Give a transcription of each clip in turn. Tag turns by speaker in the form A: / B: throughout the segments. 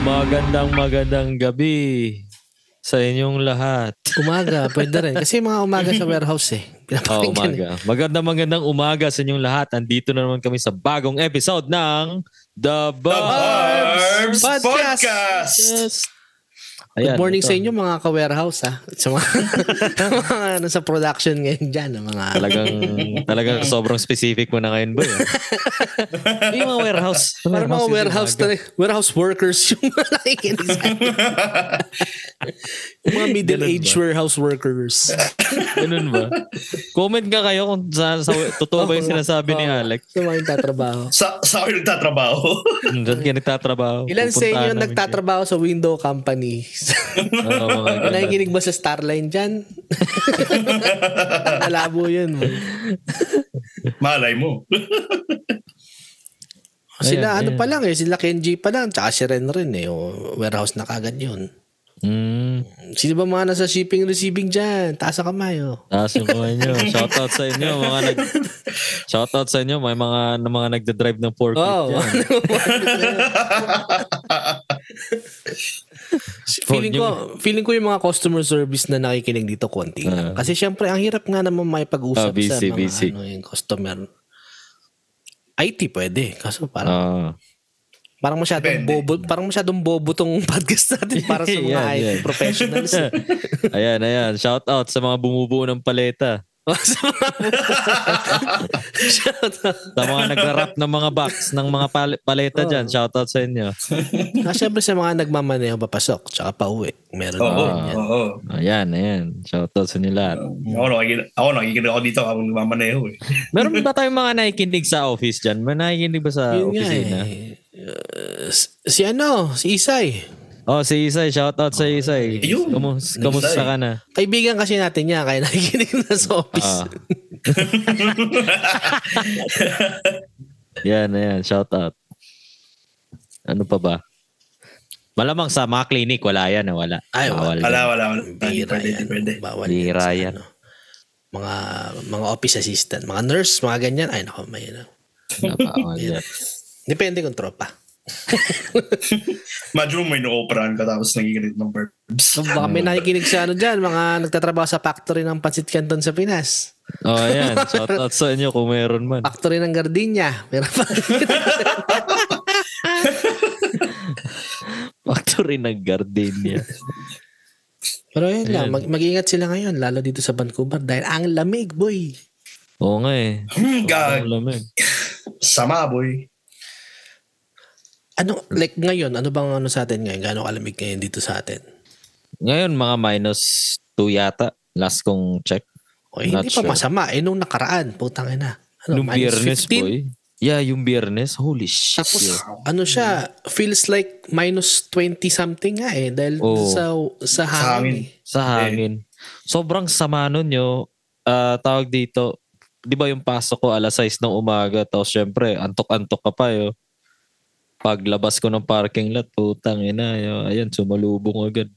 A: Magandang magandang gabi sa inyong lahat.
B: Umaga, pwede rin. Kasi mga umaga sa warehouse eh.
A: Oh,
B: Pinapakinggan eh.
A: umaga. Magandang magandang umaga sa inyong lahat. Andito na naman kami sa bagong episode ng The Barbs
C: Barbs
B: eh. Podcast.
C: Podcast!
B: Good morning
A: ito.
B: sa inyo mga ka-warehouse ha. Sa mga, mga ano, sa production ngayon dyan. ang Mga,
A: Talagang, talagang sobrang specific mo na ngayon, boy. ah. Yung mga warehouse.
B: para mga
A: yung
B: warehouse,
A: umaga.
B: talaga- warehouse workers yung mga nakikinig sa atin. Yung mga middle-aged
A: Ganun ba?
B: warehouse workers.
A: Ganun ba? Comment nga kayo kung sa, sa totoo ba yung sinasabi ni Alec.
B: Yung mga yung tatrabaho.
C: Sa, sa ako nagtatrabaho.
A: Diyan ka nagtatrabaho.
B: Ilan sa
A: Pupuntahan
B: inyo
A: namin
B: nagtatrabaho sa window company?
A: kayo. Oo, mga ganun.
B: Nakikinig ba sa Starline dyan? Malabo yun. man.
C: Malay mo.
B: Sila
A: Ayan,
B: ano
A: ayan.
B: pa lang eh, sila Kenji pa lang, tsaka si Ren rin eh, o, warehouse na kagad yun.
A: Mm.
B: Sino ba mga nasa shipping receiving dyan? Taas ang kamay oh.
A: Taas yung Ah, buhay nyo. Shoutout sa inyo. Mga nag... Shoutout sa inyo. May mga, na mga nagda-drive ng forklift
B: Oh,
A: dyan.
B: feeling ko, feeling ko yung mga customer service na nakikinig dito konti lang.
A: Ah.
B: Kasi syempre, ang hirap nga naman may pag-usap
A: Ah, busy,
B: sa mga
A: busy.
B: ano, yung customer. IT pwede. Kaso parang,
A: Oo.
B: parang masyadong
C: Depende.
B: bobo, parang masyadong bobo tong podcast natin para sa mga
A: Yan,
B: IT
A: yan.
B: professionals. eh.
A: ayan, ayan. Shoutout sa mga bumubuo ng paleta.
B: Shout out.
A: Sa mga nagra-wrap ng mga box ng mga pal- paleta dyan.
B: Oh.
A: Shoutout sa inyo.
B: Ah, syempre sa mga nagmamaneho papasok, tsaka pauwi. Meron
C: Oo.
B: din
A: Ah.
B: yan.
C: Oo.
A: Ayan, ayan. Shoutout sa inyo lahat.
C: Ako nakikinig ako, nakikinig ako dito habang nagmamaneho eh.
A: Meron ba tayong mga nakikinig sa office dyan? May nakikinig ba sa
B: Yun
A: Ah,
B: nga
A: opisina?
B: eh. Uh, s- si ano, si Isay.
A: Oh, si Isay. Shoutout sa Isay.
C: Ayun.
A: Kumus- Kumusta
C: Isay.
A: ka na?
B: Kaibigan kasi natin niya, kaya nakikinig na sa
A: Ah.
B: office.
A: yan, ayan. Shout out. Ano pa ba? Malamang sa mga clinic, wala yan. ah, Wala. Ah,
B: Ay, wala.
C: Wala, wala, wala. Pwede,
B: Bihira
C: pwede,
B: yan.
C: pwede.
B: Bawal
A: Bihira
B: sa
A: yan.
B: ano. Mga, mga office assistant, mga nurse, mga ganyan. Ay, nako, may ano.
A: Wala pa, wala yan.
B: Depende kung tropa.
C: Imagine mo may nuoperahan ka tapos nakikinig ng verbs.
B: So, baka may nakikinig sa ano dyan, mga nagtatrabaho sa factory ng Pancit Canton sa Pinas.
A: oh, ayan. Shout out sa inyo kung meron man.
B: Factory ng Gardenia. Meron pa.
A: Factory ng gardenia.
B: Pero yun lang,
A: Ayan.
B: mag- mag-ingat sila ngayon, lalo dito sa Vancouver, dahil ang lamig, boy.
A: Oo nga eh.
C: Hmm,
B: Ah.
A: Ang
C: gag.
A: lamig.
C: Sama, boy.
B: Ano, like ngayon, ano bang ano sa atin ngayon? Gano'ng kalamig ngayon dito sa atin?
A: Ngayon, mga minus 2 yata. Last kong check.
B: O, hindi
A: Not
B: pa
A: sure.
B: masama. Eh, nung nakaraan, putang ina. Ano,
A: Nung
B: minus
A: biyernes,
B: 15?
A: boy. Yeah, yung biyernes. Holy shit.
B: Tapos,
A: yo.
B: ano siya, feels like minus 20 something nga eh. Dahil
A: Oo.
B: sa, sa hangin.
C: hangin.
A: sa
C: Eh.
A: hangin. Sobrang sama nun yo. Ah, tawag dito, di ba yung pasok ko alas 6 ng umaga, tapos syempre, antok-antok ka pa yo. Paglabas ko ng parking lot, putang ina yo. Ayan, sumalubong agad.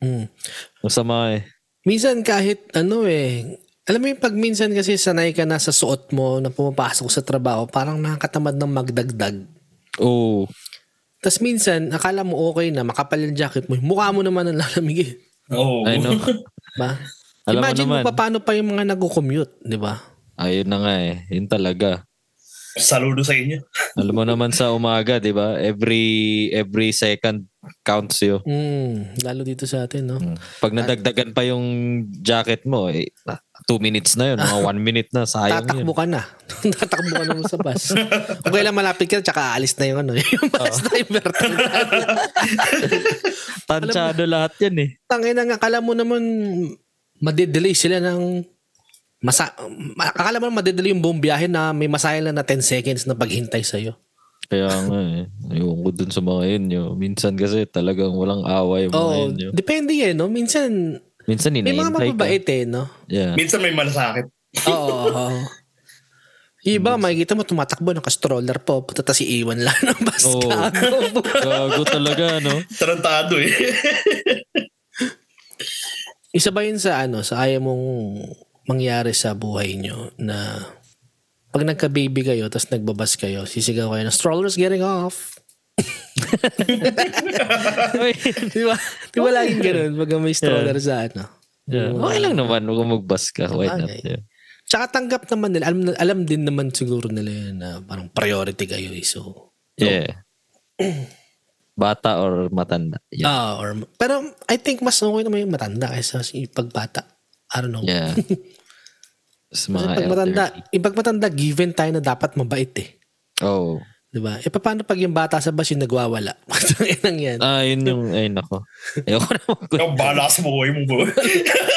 B: Mm.
A: Ang sama eh.
B: Minsan kahit ano eh, alam mo yung pag minsan kasi sanay ka na sa suot mo na pumapasok sa trabaho, parang nakakatamad ng magdagdag.
A: Oo.
B: Tapos minsan, akala mo okay na, makapal yung jacket mo. Mukha mo naman ang lalamig eh.
C: Oo.
A: I know.
B: Ba?
A: Alam mo
B: Imagine mo,
A: naman.
B: pa paano pa yung mga diba? nag-commute, di ba?
A: Ayun na nga eh. Yun talaga.
C: Saludo sa inyo.
A: Alam mo naman sa umaga, di ba? Every every second counts yo.
B: Mm, lalo dito sa atin, no?
A: Pag nadagdagan pa yung jacket mo, eh, two minutes na yun. Mga one minute na. Sayang yun.
B: Tatakbo ka na. Tatakbo ka na sa bus. Kung kailan malapit ka, tsaka aalis na yung ano, yung bus driver.
A: Tansyado lahat yan eh.
B: Tangin na, akala mo naman madedelay sila ng masa ma- akala mo naman madedelay yung buong biyahe na may masayang lang na 10 seconds na paghintay sa'yo.
A: Kaya nga eh. Ayoko dun sa mga yun. Yo. Minsan kasi talagang walang away mga
B: Oo,
A: yun. Yo.
B: Oh, depende yan, no? Minsan,
A: Minsan
B: may mga
A: inaintay ka.
B: mababait eh, no?
A: Yeah.
C: Minsan may malasakit.
B: Oo. oo. Iba, makikita mo, tumatakbo, naka-stroller oh. po. Puta, tas iiwan lang ng bus
A: Oo.
B: gago.
A: Gago talaga, no?
C: Tarantado eh.
B: Isa ba yun sa ano, sa ayaw mong mangyari sa buhay nyo na pag nagka-baby kayo, tapos nagbabas kayo, sisigaw kayo na strollers getting off. Di ba? Di ba laging ganun pag may stroller sa ano?
A: yeah. Okay lang naman kung magbas ka. Why not?
B: Sabagay.
A: Yeah.
B: Tsaka tanggap naman nila. Alam, alam din naman siguro nila yun na parang priority kayo eh. So,
A: yeah. Bata or matanda. Yeah.
B: ah or, pero I think mas okay naman yung matanda kaysa si pagbata. I don't know.
A: yeah. Sa
B: Kasi
A: mga
B: pag matanda,
A: elderly.
B: eh, pag matanda, given tayo na dapat mabait eh.
A: Oh.
B: Di ba? E paano pag yung bata sa bus yung nagwawala? Patangin lang yan.
A: Ah, yun yung, ay nako. Ayoko na mag-
C: Ikaw, bahala sa buhay mo, boy.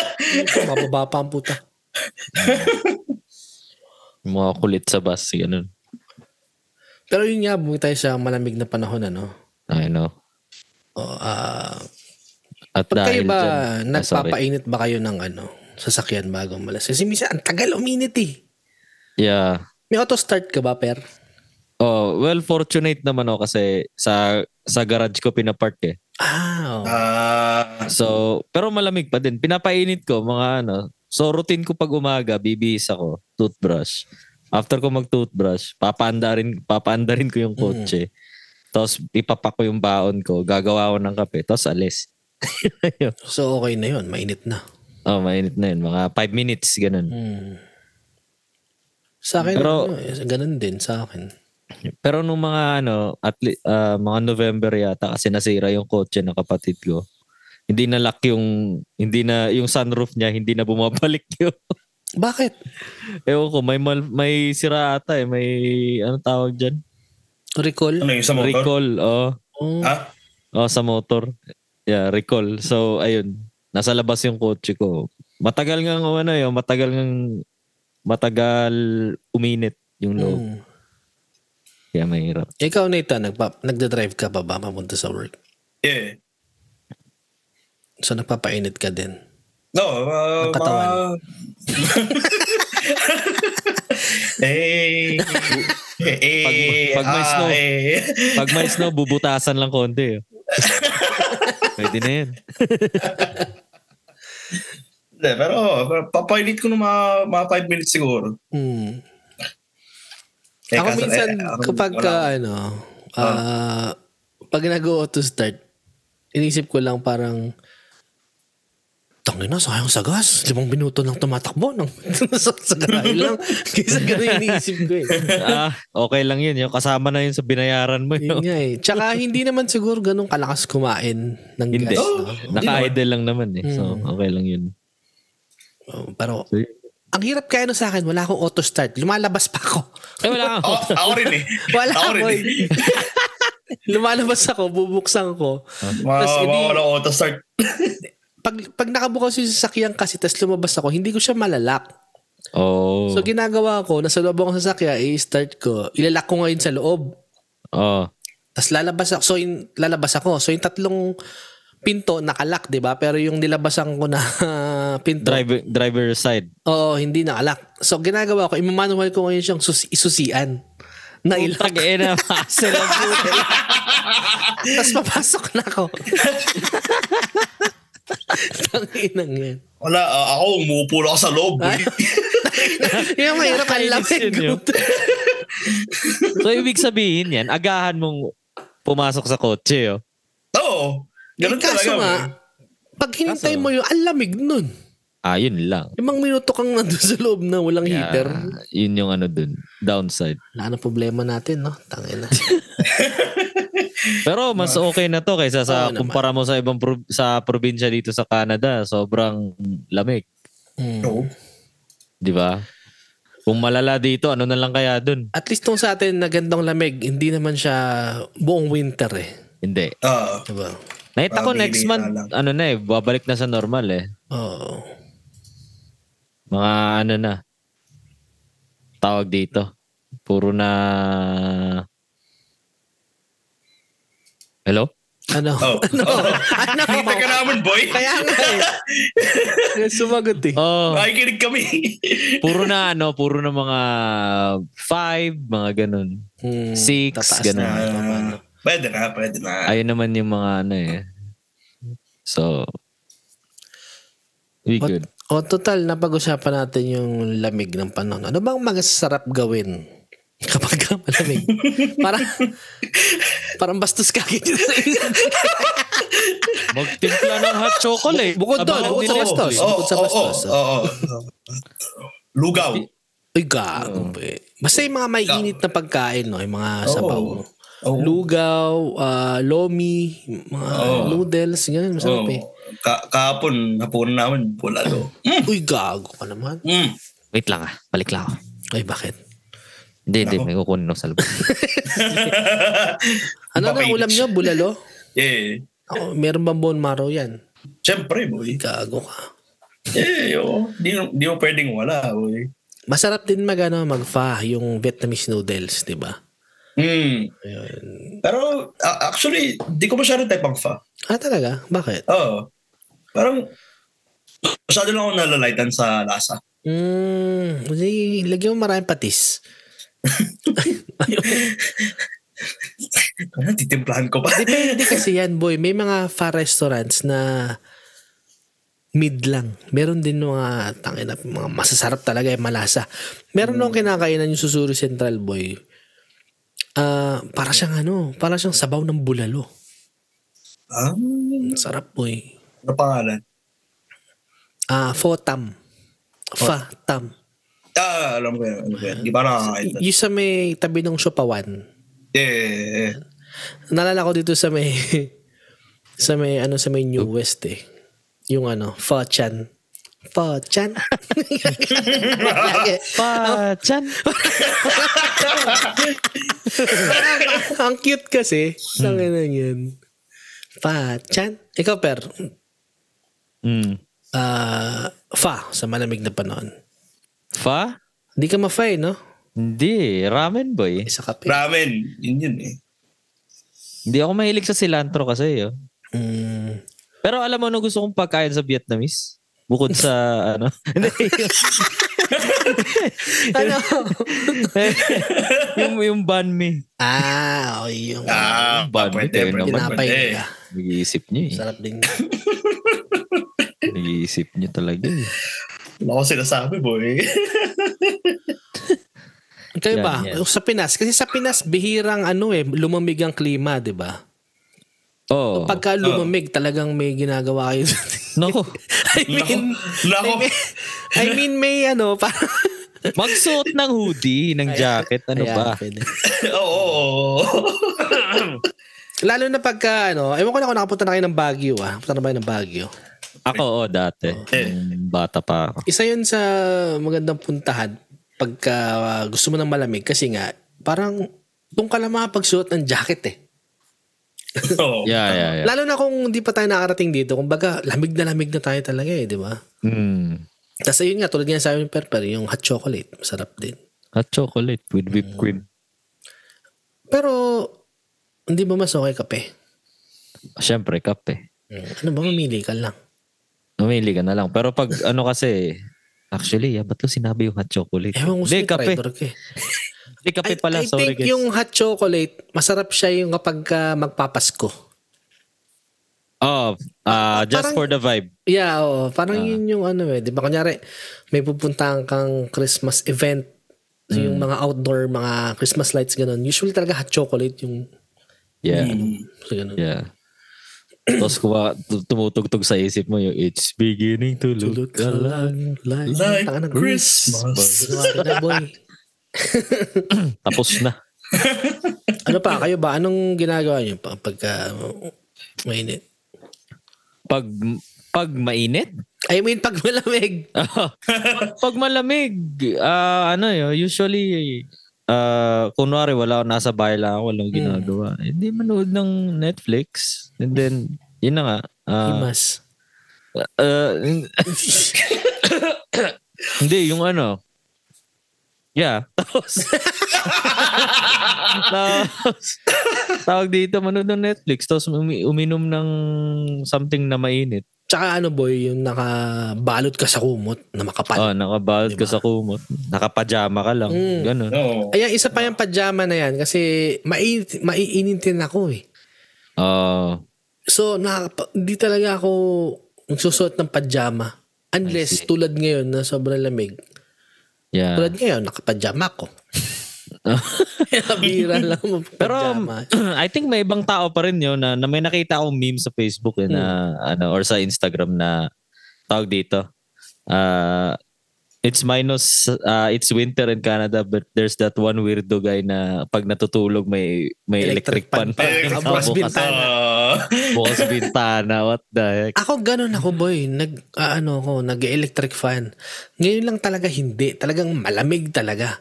B: Mababa pa ang puta.
A: mga kulit sa bus, ganun.
B: Pero yun nga, bumili tayo sa malamig na panahon ano.
A: I know.
B: O, ah,
A: At
B: Pag kayo
A: dahil
B: ba,
A: dyan- ah, sorry.
B: nagpapainit ba kayo ng ano, sasakyan bago malas? Kasi minsan, ang tagal uminit eh.
A: yeah.
B: May auto-start ka ba, Per?
A: Oh, well fortunate naman ako kasi sa sa garage ko pinapark eh.
B: Ah, oh.
C: Ah,
A: So, pero malamig pa din. Pinapainit ko mga ano. So routine ko pag umaga, bibihis ako, toothbrush. After ko mag-toothbrush, papaanda rin, papaanda rin ko yung kotse. Tapos ipapak ko yung baon ko, gagawa ko ng kape, tapos alis. Yun.
B: So, okay na yun. Mainit na.
A: oh, mainit na yun. Mga 5 minutes, ganun.
B: Hmm. Sa akin,
A: Pero-
B: ano, eh, ganun din sa akin.
A: Pero nung mga ano, at li- ah, mga November yata kasi nasira yung kotse ng kapatid ko. Hindi na lock yung hindi na yung sunroof niya, hindi na bumabalik yun.
B: Bakit?
A: Ewan ko, may mal, may sira ata eh, may ano tawag diyan?
B: Recall?
C: ano yung sa motor?
A: Recall, oh.
B: Oh.
C: Ha?
A: Oh, sa motor. Yeah, recall. So ayun, nasa labas yung kotse ko. Matagal nga ano yun, matagal nga matagal uminit yung loob.
B: Hmm.
A: Kaya mahirap.
B: Ikaw, Nathan, nagpa- nagda-drive ka pa ba papunta sa work?
C: Yeah.
B: So, nagpapainit ka din.
C: No, uh,
B: Ng katawan.
C: mga- eh, eh, eh,
A: Pag- pag may
C: ah,
A: snow.
C: eh.
A: Pag may snow, bubutasan lang konti. oh. Pwede na yan.
C: Hindi, Eh, pero pero papainit ko ng mga, mga 5 minutes siguro.
B: Hmm.
C: Eh,
B: ako
C: kaso-
B: minsan,
C: eh, ako-
B: kapag
C: wala
B: ka,
C: ako.
B: ano, ah, pag nag-auto start, inisip ko lang parang, tangina, sayang sa gas. Limang minuto lang tumatakbo. Nang, sa sa garahe lang. Kaysa ganun yung iniisip ko eh.
A: Ah, okay lang yun. Yung kasama na yun sa binayaran mo. Yun.
B: Yun nga eh. Tsaka hindi naman siguro ganun kalakas kumain ng
A: Hindi.
B: gas.
C: Oo.
B: no?
A: Naka-idle lang naman eh. So,
B: Hmm.
A: okay lang yun.
B: Oh, pero,
A: So, yun.
B: ang hirap kaya nun sa akin, wala akong auto start. Lumalabas pa ako.
A: eh, wala
C: Oh,
A: ako.
C: ako rin eh.
B: Wala
C: ako
B: ako.
C: rin eh.
B: eh. Lumalabas ako, bubuksan ko.
C: Mga,
B: Tas hindi-
C: mga wala auto start.
B: pag, pag nakabukas yung sasakyan kasi tas lumabas ako, hindi ko siya malalak.
A: Oh.
B: So ginagawa ko, nasa loob akong sasakyan, i-start ko, ilalak ko ngayon sa loob.
A: oh.
B: Tapos lalabas ako. So yung, lalabas ako. So yung tatlong pinto nakalak, 'di ba? Pero yung nilabasan ko na pinto,
A: Driver, driver side.
B: oo, hindi nakalak. So ginagawa ko, imamanual ko ngayon siyang sus- isusian.
A: Oh,
B: Na ilak.
A: Tagain na. Hassle ang puti.
B: Tapos papasok na ako. Tanginang yan.
C: Wala, ah, ako umuupo lang ako sa loob.
B: Ah.
C: eh.
B: Yung mahirap ang
A: Nakakainis
B: lamig.
A: yun, yun. So, ibig sabihin yan, agahan mong pumasok sa kotse. Oh.
C: Oo.
B: Ganun
C: Ganun
B: Eh,
C: talaga. oh.
B: kaso nga,
C: boy.
B: pag hinintay
A: Kaso-
B: mo yun, ang lamig nun.
A: Ah, yun lang.
B: Limang minuto kang nandun sa loob na walang heater.
A: Ah, yun yung ano dun. Downside.
B: Wala na problema natin, no? Tangin na.
A: Pero mas okay na to kaysa sa
B: Oo naman.
A: kumpara mo sa ibang pro- sa probinsya dito sa Canada, sobrang lamig,
B: Mm.
C: No.
A: 'di ba? Kung malala dito, ano na lang kaya dun?
B: At least tong sa atin na gandong lamig, hindi naman siya buong winter eh.
A: Hindi.
C: Ah,
B: Diba?
A: Nakita ko
C: Mabibira
A: next month,
C: lang.
A: ano na eh, babalik na sa normal eh.
B: Oo.
A: Mga ano na, tawag dito. Puro na... Hello?
B: Ano?
C: Oh.
B: ano? ano?
C: Kita ka namin, boy.
B: Kaya nga eh. Sumagot eh.
A: Oh,
C: Nakikinig kami.
A: puro na ano, puro na mga five, mga ganun.
B: Mm,
A: Six,
B: tataas
A: ganun.
B: na.
C: Ah, pwede na, pwede na.
A: ayun naman yung mga ano eh. So, we good.
B: O oh, total, napag-usapan natin yung lamig ng panahon. Ano bang masarap gawin kapag malamig? parang, Parang bastos ka agad yun.
A: Magtimpla ng hot chocolate.
B: Bukod doon,
A: Abangan
B: bukod sa
A: nila.
B: bastos.
C: Oo,
B: Bukod sa
C: oo,
B: bastos.
C: oo, oo. Lugaw.
B: Uy, gago be. Basta yung mga may init na pagkain, no? Yung mga sabaw. no?
C: Oo.
B: Lugaw, ah, lomi, mga
C: Oo.
B: noodles, ganyan. Masarap
C: Oo.
B: eh.
C: Ka- kahapon, hapunan namin, bulalo.
B: Uy, gago ka naman.
C: Mm.
D: Wait lang ah. Balik lang ako.
B: Ay, bakit?
D: Hindi, hindi. May kukunin ako sa labas.
B: Ano na
C: Bakit?
B: ulam nyo? Bulalo?
C: Yeah.
B: Ako, meron bang bone marrow yan?
C: Siyempre, Eh, boy.
B: Gago ka.
C: Eh, oo. Di, di mo pwedeng wala, boy.
B: Masarap din mag, ano, mag pho, yung Vietnamese noodles, di ba?
C: Mm.
B: Ayun.
C: Pero, a- actually, di ko masyado type ang fa.
B: Ah, talaga? Bakit?
C: Oo. Parang, masyado lang ako nalalaitan sa lasa.
B: Mm, hindi, lagyan mo maraming patis.
C: Ano, titimplahan ko pa.
B: Depende kasi yan, boy. May mga far restaurants na mid lang. Meron din mga tangina, mga masasarap talaga yung malasa. Meron nung kinakainan yung Susuri Central, boy. Ah, para siyang ano, para siyang sabaw ng bulalo.
C: Ah, ano
B: Ang Sarap, boy.
C: pangalan?
B: Ah, fotam. Fatam.
C: Ah, alam ko yan. Alam ko yan. Di ba Eh, nakakain?
B: Y- yung sa may tabi ng Shopawan.
C: Yeah.
B: Nalala ko dito sa may sa may ano sa may New West eh. Yung ano, Fachan. Fachan.
D: Pachan!
B: Ang cute kasi. Ang ganun yun. Fachan. Ikaw, Per.
A: Mm.
B: ah fa, sa malamig na panahon.
A: Fa?
B: Hindi ka ma-fa eh, no?
A: Hindi. Ramen boy.
B: Isa kape.
C: Ramen. Yun yun eh.
A: Hindi ako mahilig sa cilantro kasi. Yo.
B: Mm.
A: Pero alam mo, ano gusto kong pagkain sa Vietnamese? Bukod sa ano? Hindi, yung-
B: Ano?
A: yung, yung banh mi.
B: ah, okay yung
C: Ah,
A: Bad
C: pwede,
A: din
C: pwede,
A: naman.
B: tinapay
C: pwede.
B: nila.
A: Nag-iisip niyo eh.
B: Sarap din.
A: Nag-iisip niyo talaga eh.
C: Wala ko sinasabi, boy.
B: Kayo
A: Yan,
B: ba?
A: yan.
B: Sa Pinas. Kasi sa Pinas, bihirang ano eh, lumamig ang klima, di ba?
A: Oo. Oh.
B: Pagka lumamig, talagang may ginagawa kayo.
A: Nako.
B: I mean,
C: Nako.
B: I mean, I mean, may ano, parang...
A: Magsuot ng hoodie, ng jacket, ano
B: Ayan,
A: ba?
B: pwede.
C: Oo. oo, oo.
B: Lalo na pagka, ano, ewan ko na kung nakapunta na kayo ng Baguio, ah. Punta na ba kayo ng Baguio?
A: Ako, oo, dati. Nung Bata pa ako.
B: Isa yun sa magandang puntahan pagka ah, gusto mo ng malamig kasi nga, parang doon ka lang makapagsuot ng jacket eh.
C: Oo.
A: Yeah, yeah, yeah.
B: Lalo na kung hindi pa tayo nakarating dito, kumbaga, lamig na lamig na tayo talaga eh, di ba?
A: Mm.
B: Tapos ayun nga, tulad nga sabi ni Perper, yung hot chocolate, masarap din.
A: Hot chocolate with whipped cream.
B: Pero, hindi ba mas okay kape?
A: Siyempre, kape.
B: Ano ba, mamili ka lang.
A: Umili ka na lang. Pero pag ano kasi, actually, yeah, ba't ko sinabi yung hot chocolate?
B: Ewan ko sa'yo,
A: Hindi, kape.
B: Trevor, ka eh.
A: Hindi, kape
B: I-
A: pala.
B: I,
A: Sorry,
B: think
A: guys.
B: yung hot chocolate, masarap siya yung kapag ka magpapasko.
A: Oh, ah, just
B: parang-
A: for the vibe.
B: Yeah,
A: Ah.
B: oo. Parang yun yung ano eh. Di ba, kunyari, may pupuntahan kang Christmas event, so yung
A: Hmm.
B: mga outdoor, mga Christmas lights, ganun. Usually talaga hot chocolate yung,
A: Yeah.
B: Hmm. so ganun.
A: Yeah. Tapos kuwa, tu- tumutugtog sa isip mo yung it's beginning to
B: To
A: look,
B: look alive, like,
C: Like
B: tanga ng
C: Christmas.
B: Christmas. Grabe na, boy.
A: Tapos na.
B: ano pa, kayo ba? Anong ginagawa niyo pa pagka uh, mainit?
A: Pag pag mainit?
B: I mean, pag malamig.
A: pag malamig, ah, ano yun, usually, ah, kunwari wala ako nasa bahay lang ako,
B: Hmm.
A: walang ginagawa. Hindi manood ng Netflix. And then, yun na nga. ah,
B: Himas.
A: ah, hindi, yung ano, Yeah. Tapos, tapos, tawag dito, manood ng Netflix, tapos umi- uminom ng something na mainit.
B: Tsaka ano boy, yung nakabalot ka sa kumot na makapal.
A: Oh, nakabalot ka sa kumot. Nakapajama ka lang. Ganun.
C: Oo.
B: Ayan, isa pa yung pajama na yan kasi mai- maiinitin ako eh.
A: Ah,
B: So, nakaka- di talaga ako nagsusuot ng pajama. Unless tulad ngayon na sobrang lamig.
A: yeah.
B: Tulad ngayon, nakapajama ko. Bira lang.
A: Pero
B: magpajama.
A: I think may ibang tao pa rin yun na, na may nakita akong meme sa Facebook eh, na ano or sa Instagram na tawag dito. Uh, it's minus uh, it's winter in Canada but there's that one weirdo guy na pag natutulog may may electric, pan pa.
C: Eh,
A: Sa
B: bukas
A: bukas,
B: bintana.
C: Ah,
A: bukas bintana. What the heck?
B: Ako ganun ako boy, nag ah, ano ako, nag-electric fan. Ngayon lang talaga hindi, talagang malamig talaga.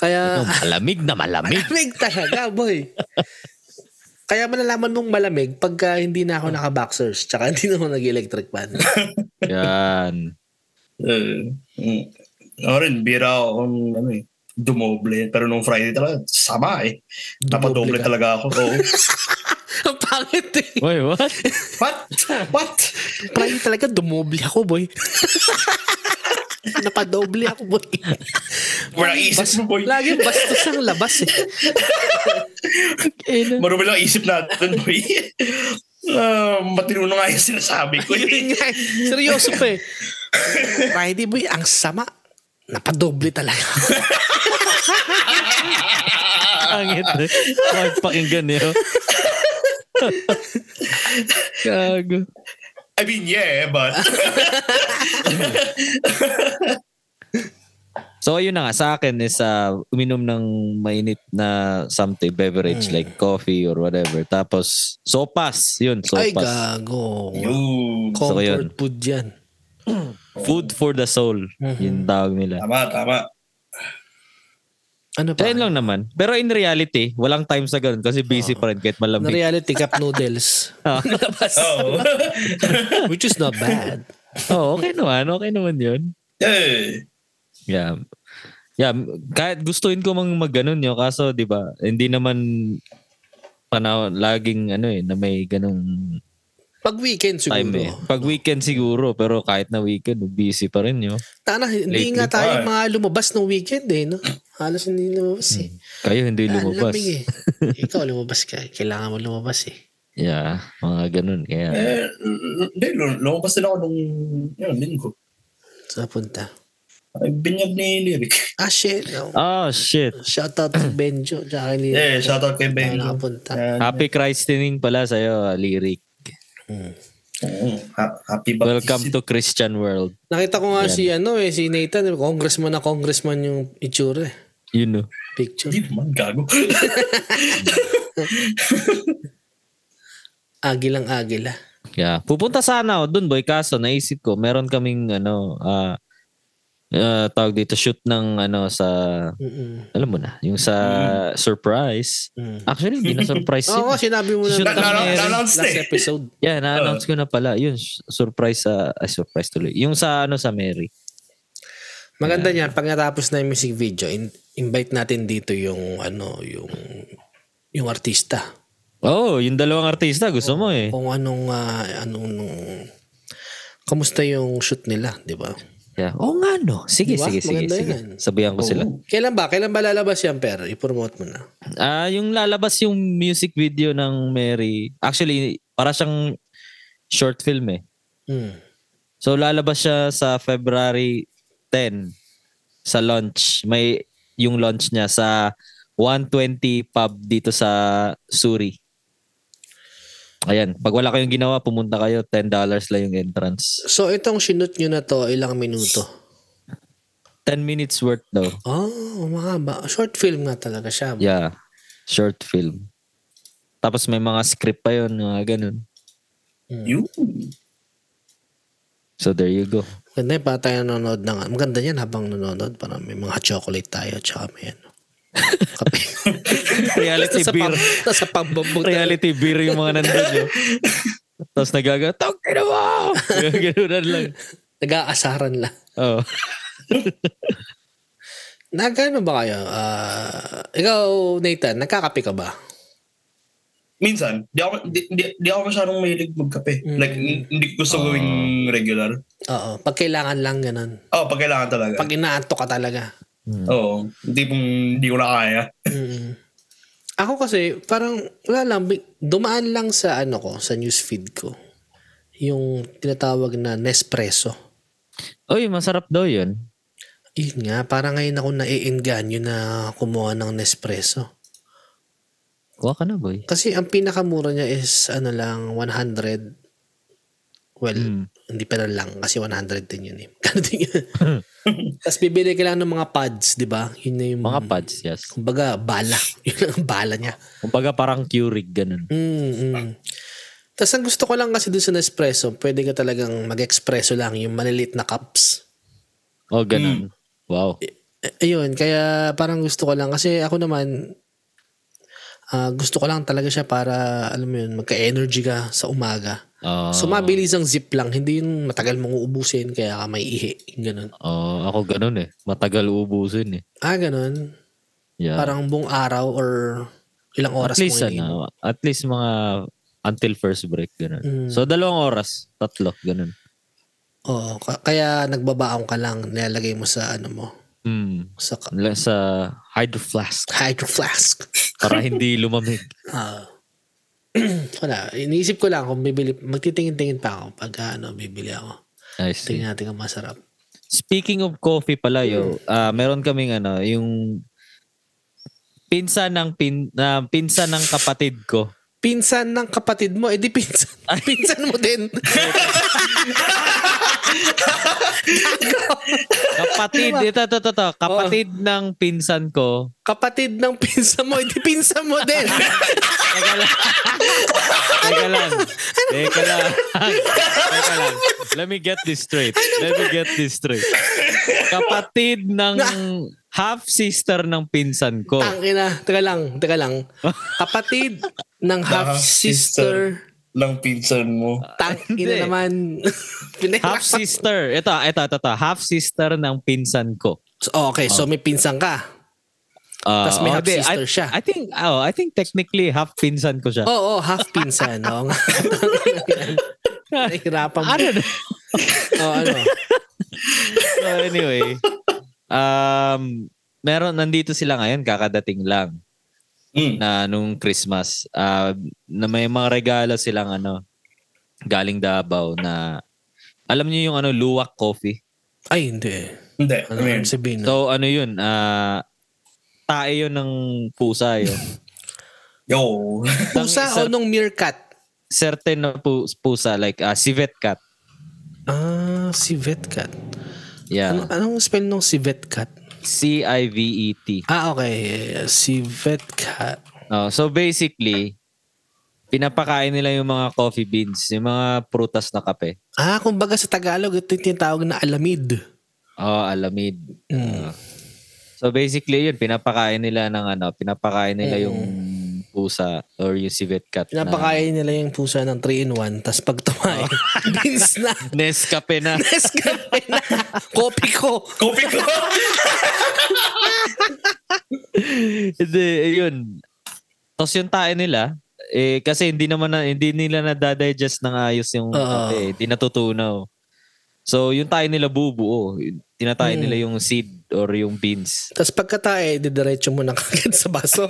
B: Kaya
D: Malamig na malamig.
B: malamig talaga boy. Kaya malalaman mong malamig pagka hindi na ako naka-boxers tsaka hindi na ako nag-electric fan.
A: Yan.
C: eh, mm. Ako rin, bira ako kung ano eh. Dumoble. Pero nung Friday talaga, sama eh.
B: Dumoble
C: Napadoble
B: ka?
C: talaga ako. Oo.
B: Ang pangit eh.
A: Wait, what?
C: What? What?
B: Try talaga, dumoble ako boy. Napadoble ako boy.
C: Wala isip mo, boy.
B: Lagi bastos ang labas eh.
C: Marumi lang isip natin, boy. Ah, matino na nga yung sinasabi ko eh.
B: Yun nga eh. Seryoso pa eh. Friday boy, ang sama. Napadoble talaga.
A: Pangit. eh. Magpakinggan niyo. Gago.
C: I mean, yeah, but...
A: So ayun na nga sa akin is uh, uminom ng mainit na something beverage like coffee or whatever. Tapos sopas, yun,
B: Ay,
A: sopas.
B: gago.
C: Yun.
A: So, yun.
B: Comfort food yan.
A: Food for the soul, yun tawag nila.
C: Tama, tama.
B: Ano
A: So
B: pa?
A: yun lang naman. Pero in reality, walang time sa ganun kasi busy pa rin kahit
B: Na
A: malamig.
B: Ano, reality, cup noodles.
A: Oh.
B: Labas.
C: Oo.
B: Which is not bad.
A: oh, okay naman, okay naman yun.
C: Eh,
A: Yeah. Yeah, kahit gustuin ko mang magganon yun kaso 'di ba? Hindi naman panahon laging ano eh na may ganung
B: Pag weekend
A: time eh.
B: siguro.
A: Pag weekend siguro pero kahit na weekend busy pa rin yun.
B: Tana, hindi
A: Lately
B: nga tayo
C: pa eh.
B: mga lumabas ng weekend eh. No? Halos hindi lumabas eh.
A: Kayo hindi
B: Ah,
A: Hmm. lumabas.
B: lamig eh. Ikaw lumabas ka. Kailangan mo lumabas eh.
A: Yeah, mga ganun. Kaya,
C: eh, hindi, lu- lumabas din ako nung yun, linggo.
B: Sa punta.
C: Ay, binyag ni Lyric.
B: Ah, shit. No.
A: oh shit.
B: Shout out to Benjo. Tsaka ni...
C: Eh, shout out kay Ben.
B: Tayo nakapunta.
C: Yan.
A: Happy Christening pala sa'yo, ah, Lyric.
B: Hmm.
C: Oo, ha- happy baptism.
A: Welcome to Christian world.
B: Nakita ko nga si ano eh, si Nathan, congressman na congressman yung itsura eh.
A: You know.
B: Picture.
C: Hindi naman, gago.
B: Agilang agila.
A: Yeah. Pupunta sana ako dun, boy. Kaso, naisip ko, meron kaming, ano, ah ah, tawag dito, shoot ng, ano, sa,
B: Mm-mm.
A: alam mo na, yung sa
C: Mm.
A: surprise.
B: Mm.
A: Actually, hindi na surprise
B: Oo,
A: yun.
B: nga, sinabi mo na.
A: Shoot
C: Oh, Na- na- na-
A: Meron.
C: Na-announce na
B: last
C: eh. Oh.
B: episode.
A: Yeah, na-announce ko na pala. Yun, s- surprise sa, ay, surprise tuloy. Yung sa, ano, sa Mary.
B: Maganda niyan, pag natapos na yung music video, in- invite natin dito yung, ano, yung, yung artista.
A: Oh, yung dalawang artista, gusto mo eh.
B: Kung anong, ah, anong, nung, kamusta yung shoot nila, di ba?
A: Yeah. Oo nga no. Sige,
B: Diba?
A: sige, sige.
B: Maganda
A: sige.
B: yan.
A: Sabihan ko sila.
B: Kailan ba? Kailan ba lalabas yan, pero i-promote mo na.
A: Ah, yung lalabas yung music video ng Mary. Actually, para siyang short film eh.
B: Mm.
A: So lalabas siya sa February 10 sa launch. May yung launch niya sa 120 pub dito sa Suri. Ayan, pag wala kayong ginawa, pumunta kayo, $10 lang yung entrance.
B: So, itong sinut nyo na to, ilang minuto?
A: 10 minutes worth daw.
B: Oh, mahaba. Short film nga talaga siya.
A: Yeah. Short film. Tapos may mga script pa yun, mga ganun.
C: Yun.
A: So there you go.
B: Maganda yun, para tayo nanonood ng... Maganda yan habang nanonood. Para may mga chocolate tayo, tsaka may ano. Kape.
A: Reality
B: Nasa
A: beer.
B: pam- Nasa pambabog tayo.
A: Reality beer yung mga nandun yun. Tapos nagaga, tawag ka na mo! Ganunan lang.
B: Nag-aasaran lang.
A: Oh.
B: Nagano ba kayo? Ah, ikaw, Nathan, nagkakape ka ba?
C: Minsan, di ako, di, di, di ako masyadong mahilig magkape. Like, n- hindi ko gusto gawing regular.
B: Oo. Pag kailangan lang, ganun.
C: Oo, pag kailangan talaga.
B: Pag inaantok ka talaga.
C: Oo, hindi pong hindi ko na kaya.
B: Mm. Ako kasi, parang, wala lang, bi- dumaan lang sa ano ko, sa newsfeed ko. Yung tinatawag na Nespresso.
A: Uy, masarap daw yun.
B: Yun nga, parang ngayon ako naiinganyo na kumuha ng Nespresso.
A: Kuha ka na, boy.
B: Kasi ang pinakamura niya is ano lang, 100. Well,
A: Mm.
B: hindi pa na lang kasi 100 din yun eh. Kano din yun. Tapos bibili ka lang ng mga pads, di ba? Yun na yung...
A: Mga pads, yes.
B: Kumbaga, bala. Yun lang ang bala niya.
A: Kumbaga parang Keurig, ganun.
B: Mm-hmm. Tapos ang gusto ko lang kasi dun sa Nespresso, pwede ka talagang mag-espresso lang yung maliliit na cups.
A: O, Oh, ganun. Wow.
B: Eh, Ayun, kaya parang gusto ko lang. Kasi ako naman, ah, gusto ko lang talaga siya para, alam mo yun, magka-energy ka sa umaga.
A: Ah,
B: so mabilis ang zip lang, hindi yung matagal mong uubusin, kaya ka may ihi. Yung Ganun.
A: ah, ako ganun eh. Matagal uubusin eh.
B: Ah, ganun.
A: Yeah.
B: Parang buong araw or ilang oras
A: at least,
B: mo iniinom.
A: ano, at least mga until first break, ganun.
B: Mm.
A: So, dalawang oras, tatlo, ganun.
B: Oo, ka- kaya nagbabaon ka lang, nilalagay mo sa ano mo,
A: Mm.
B: sa ka-
A: La- Sa hydro flask
B: hydro flask.
A: para hindi lumamig.
B: Ah. wala, iniisip ko lang kung bibili, magtitingin-tingin pa ako pag ah, ano, bibili ako.
A: I see.
B: Tingnan natin kung masarap.
A: Speaking of coffee pala, yo,
B: Mm.
A: ah, meron kaming ano, yung pinsan ng pin, na pinsan ng kapatid ko.
B: Pinsan ng kapatid mo, edi pinsan, pinsan mo din.
A: Kapatid,
B: Ano
A: ito, ito, ito, ito. Kapatid
B: Oh.
A: ng pinsan ko.
B: kapatid ng pinsan mo, edi pinsan mo din.
A: Teka lang.
B: Ano
A: Teka lang. Teka lang. Teka lang. Let me get this straight.
B: Ano
A: Let me get this straight. Kapatid ng half-sister ng pinsan ko.
B: Oh. Tangina, teka lang, teka lang. Kapatid ng half-sister,
C: Lang Ah, pinsan mo.
B: Ah. tangina
A: Hindi.
B: naman. Pinahirapan.
A: Half-sister. Ito, ito, ito, ito. Half-sister ng pinsan ko.
B: So, Oh, okay, so may pinsan ka.
A: Ah,
B: Tas may
A: oh, di, I,
B: half-sister siya.
A: I think, oh, I think technically half-pinsan ko siya.
B: Oo, oh, half pinsan. Oo nga. Nahirapan mo.
A: Ano na?
B: Oo, ano?
A: So anyway, um, meron, nandito sila ngayon, kakadating lang.
C: Mm.
A: na nung Christmas ah, na may mga regalo silang ano galing Davao na alam niyo yung ano luwak coffee.
B: Ay, hindi.
C: Hindi.
B: Ano
C: Ano yun?
B: ang sabihin? na?
A: So ano yun ah tae yun ng pusa yun.
C: Yo.
B: Pusa o nung meerkat?
A: Certain na pu- pusa like ah civet cat.
B: Ah, si Vetcat. Ano,
A: Yeah.
B: anong spell nung si Vetcat?
A: C I V E T.
B: Ah, okay. Si Vetcat.
A: Oh, so basically pinapakain nila yung mga coffee beans, yung mga prutas na kape.
B: Ah, kumbaga sa Tagalog, ito yung tinatawag na alamid.
A: Oh, alamid.
B: Mm.
A: So basically yun, pinapakain nila ng ano, pinapakain nila yung pusa or yung civet cat. Na
B: Pinapakain nila yung pusa ng 3-in-1, tapos pag tumayo, beans na.
A: Nescafe na.
B: Nescafe na. Kopi ko.
C: Copy ko.
A: Hindi, yun. Tapos yung tae nila, eh, kasi hindi naman na, hindi nila nadadigest ng ayos yung
B: Oo.
A: kape. Hindi natutunaw. So yung tae nila bubuo. Tinatay
B: Mm.
A: nila yung seed or yung beans.
B: Tapos pagkatae, didiretso mo na kagad sa baso.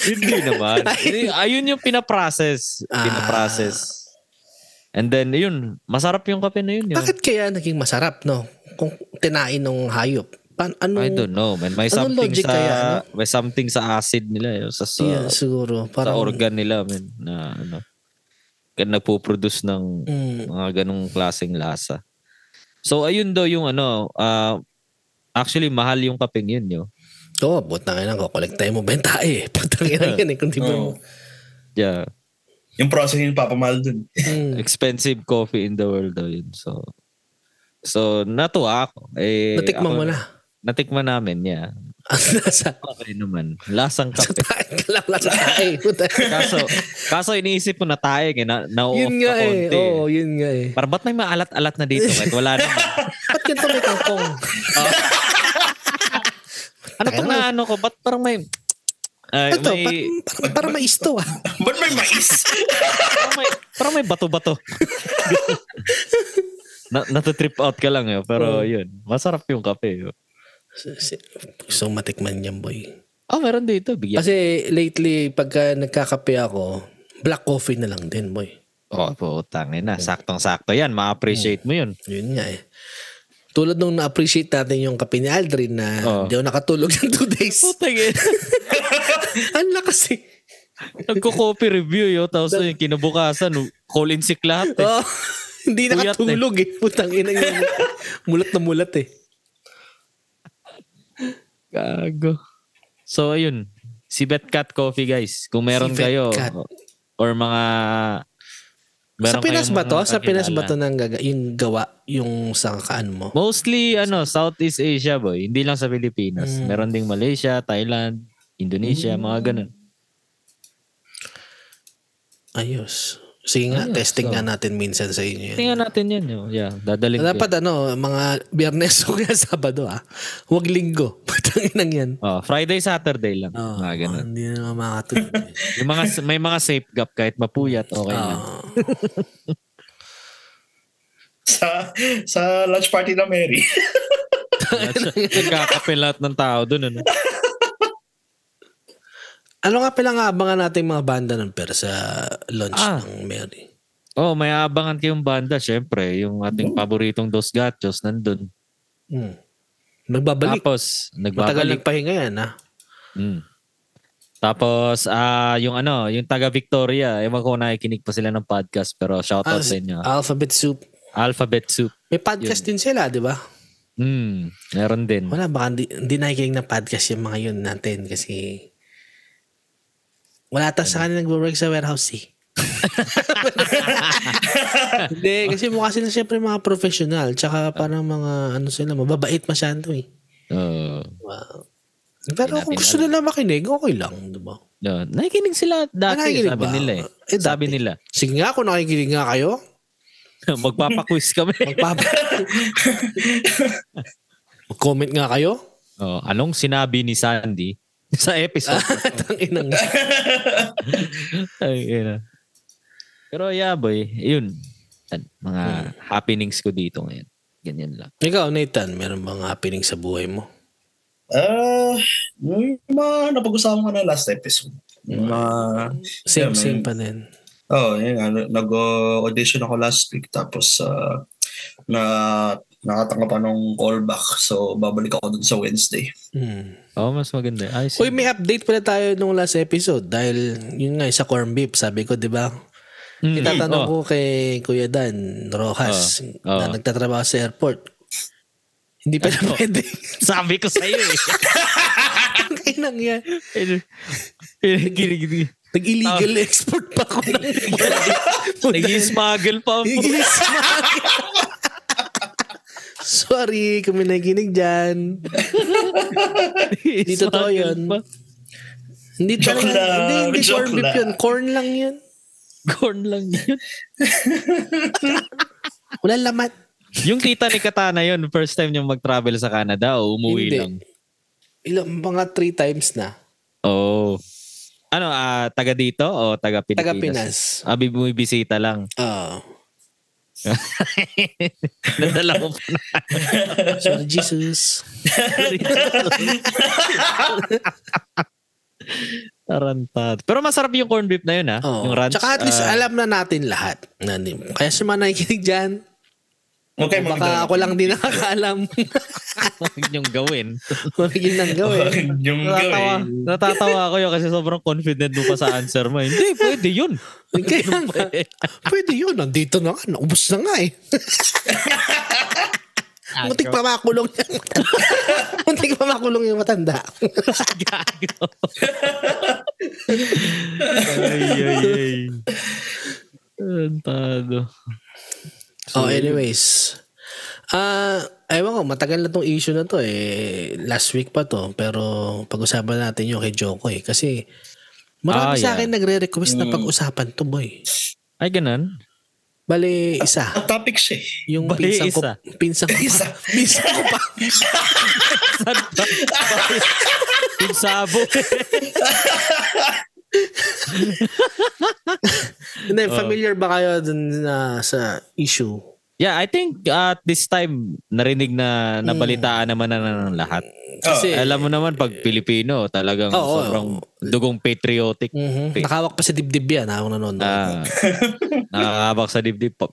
A: hindi naman. Hindi, Ayun yung pinaprocess.
B: Ah.
A: Pinaprocess. And then, yun. Masarap yung kape na yun. yun.
B: Bakit kaya naging masarap, no? Kung tinain ng hayop. Pan, ano?
A: I don't know, man. May
B: Anong
A: something
B: logic
A: sa
B: kaya, ano?
A: may something sa acid nila, yun, sa sa,
B: Yeah, siguro.
A: sa
B: Parang,
A: organ nila, man, na ano. Kaya nagpo-produce ng
B: Mm,
A: mga ganong klaseng lasa. So ayun daw yung ano, ah, actually mahal yung kapeng yun, yo.
B: Oo, oh, butang ina ko. Kolektahin mo benta eh. Putang ina yan eh. Kung di mo.
C: Oo.
A: Yeah.
C: Yung process yung papamahal dun.
B: Mm.
A: Expensive coffee in the world daw yun. So So natuwa ako. Eh,
B: Natikman
A: ako-
B: mo na.
A: Natikman namin, yeah.
B: Ang nasa.
A: Okay naman. Lasang
B: Sa
A: kape.
B: tae ka lang. Nasa tae. Puta.
A: kaso, kaso iniisip ko na tayo, eh, na, na-off
B: yun nga
A: na
B: eh.
A: konti.
B: Oo, yun nga eh.
A: Parang ba't may maalat-alat na dito? Kahit wala naman.
B: Ba't ganito may kangkong?
A: ano tong na ano ko? Ba't parang may... Ay,
B: Ano to?
A: may,
B: Parang, parang, parang maisto ah.
C: Ba't may mais?
A: parang may parang may bato-bato. na, natatrip out ka lang yun. Pero yun, masarap yung kape. eh. Yun.
B: Gusto kong matikman yan boy.
A: Oh, meron dito. Bigyan.
B: Kasi lately, pagka nagkakape ako, black coffee na lang din boy.
A: Hmm. oh, putang ina. Saktong-sakto yan. Ma-appreciate mo yun.
B: Yun nga eh. Tulad nung na-appreciate natin yung kape ni Aldrin na
E: Oo.
B: hindi ako nakatulog ng two days.
A: Putang ina.
B: Ang lakas eh.
A: Nagko-copy review yo tapos yung kinabukasan call in sick lahat eh.
B: Oo. Oh, hindi
A: Puyat
B: nakatulog eh. Putang ina yun. mulat na mulat eh.
A: Gago. So ayun, si Betcat Coffee guys, kung meron
B: Si
A: kayo
B: Betcat.
A: or mga
B: sa Pinas
A: kayong
B: ba to?
A: mga
B: Sa Pinas ba
A: kakilala.
B: to nang gaga- yung gawa? Yung sangkaan mo?
A: Mostly ano, Southeast Asia boy, hindi lang sa Pilipinas.
B: Mm.
A: Meron ding Malaysia, Thailand, Indonesia, mga
B: Hmm.
A: ganun.
B: Ayos. oh. Sige nga, testing nga natin minsan sa inyo. yan.
A: Tingnan natin 'yan yo. Yeah, dadaling ko.
B: Dapat ano, mga biyernes o kaya Sabado ah. Huwag linggo. Putang inang yan.
A: Oh, Friday, Saturday lang.
B: Oo.
A: mga Ah, ganun.
B: Hindi na naman Ah. makatulog.
A: Yung mga, may mga safe gap kahit mapuyat, okay lang.
B: Oo.
C: Sa, sa lunch party na Mary.
A: Nagkakape lahat ng tao dun. Ano?
B: Ano nga pala nga abangan natin mga banda nun pero sa launch
A: Ah.
B: ng Mary?
A: Oh, may abangan kayong banda, syempre. Yung ating paboritong Dos Gatos, nandun.
B: Hmm. Nagbabalik.
A: Tapos,
B: Matagal
A: nagbabalik.
B: nagpahinga yan ah. ha.
A: Mm. Tapos, ah yung ano, yung taga Victoria, ewan ko kung nakikinig pa sila ng podcast, pero
B: Ah,
A: shoutout sa inyo.
B: Alphabet Soup.
A: Alphabet Soup.
B: May podcast din sila, di ba?
A: Mm, meron din.
B: Wala, baka hindi, hindi nakikinig ng podcast yung mga yun natin kasi wala ata sa kanila nag-work sa warehouse eh. hindi, kasi mukha sila siyempre mga professional tsaka parang mga ano sila, mababait masyado eh.
A: Oo.
B: Wow. Pero kung gusto nila makinig, okay lang, di ba?
A: no, nakikinig sila dati,
B: Ah, nakikinig
A: sabi
B: ba?
A: nila eh.
B: Eh,
A: sabi
B: dati.
A: nila,
B: Sige nga, kung nakikinig nga kayo,
A: magpapaquiz kami.
B: magpapa... Mag-comment nga kayo.
A: Oh, anong sinabi ni Sandy sa episode?
B: Tanginang.
A: Ay, ina. Pero yeah boy, yun. Yan, Mga
B: Hmm.
A: happenings ko dito ngayon. Ganyan lang.
B: Ikaw, Nathan, meron bang happening sa buhay mo?
C: Ah, yung mga napag-usapan ko na last episode. Yung mga...
B: Same,
C: Yeah,
B: same
C: man.
B: pa din.
C: Oh, yun nga. Nag-audition ako last week tapos ah, na nakatanggap ako ng callback. So, babalik ako dun sa Wednesday.
B: Hmm.
A: Oh, mas maganda. Ay,
B: Uy, may update pala tayo nung last episode dahil yun nga, sa corn beef, sabi ko, di ba?
A: Mm. Oh,
B: Itatanong ko kay Kuya Dan Rojas
A: Oh.
B: na nagtatrabaho sa airport. Hindi pa na pwede.
A: Sabi ko sa'yo eh.
B: Ang inang yan.
A: Ano? Pinagkinig.
B: Nag-illegal
A: Oh.
B: export pa ako ng
A: Nag-smuggle pa. ako.
B: Nag-illegal Sorry kung may nakikinig dyan. Hindi totoo
A: Smuggle
B: yun.
A: pa.
B: Hindi
C: Joke
B: talaga.
C: lang,
B: Hindi, hindi
C: joke
B: corn beef
C: lang.
B: yun. Corn lang yun.
A: Corn lang yun.
B: Wala lamat.
A: Yung tita ni Katana yun, first time niyang mag-travel sa Canada o umuwi
B: Hindi.
A: lang?
B: Ilang, mga three times na.
A: Oh. Ano, ah, taga dito o taga Pilipinas?
B: Taga Oh. Pinas.
A: Ah, bumibisita lang.
B: Oo.
A: Nadala ko pa na.
B: Sorry, Jesus.
A: Tarantad. Pero masarap yung corned beef na yun, ha?
B: Oo.
A: Yung ranch.
B: Oh. Tsaka at least
A: ah,
B: alam na natin lahat. Nani- Kaya sa mga nakikinig dyan,
C: Okay,
B: baka ako lang din nakakaalam.
A: ah, huwag niyong gawin.
B: Mamigil ng gawin.
C: yung eh.
A: Natatawa,
C: gawin.
A: natatawa ako yun kasi sobrang confident mo pa sa answer mo. Hindi, pwede yun.
B: Kaya
A: Ano
B: nga, pwede yun. Nandito na nga. Naubos na nga eh. Muntik pa makulong yung matanda. Muntik pa makulong yung matanda.
A: Gago. ay, ay, ay. Tarantado.
B: oh, anyways. Ah, ewan ko, matagal na tong issue na to eh. Last week pa to. Pero pag-usapan natin yun kay Joko eh. Kasi
A: Ah,
B: marami sa
A: yeah. Mm.
B: akin nagre-request na pag-usapan to boy.
A: Ay, ganun.
B: Bale, isa.
C: Ang topic siya eh.
B: Yung
A: Bale,
B: pinsan ko,
A: isa.
B: pinsan ko pa. Pinsan ko pa.
A: Pinsabo.
B: Hindi,
A: Oh.
B: familiar ba kayo dun na sa issue?
A: yeah, I think at this time, narinig na nabalitaan naman na ng lahat.
B: Kasi,
A: Alam mo naman, pag Pilipino, talagang
B: Oo, oo.
A: sobrang dugong patriotic.
B: Mhm. Nakawak pa sa dibdib yan, ako nanonood.
A: Ah, nakakabak sa dibdib. Pa-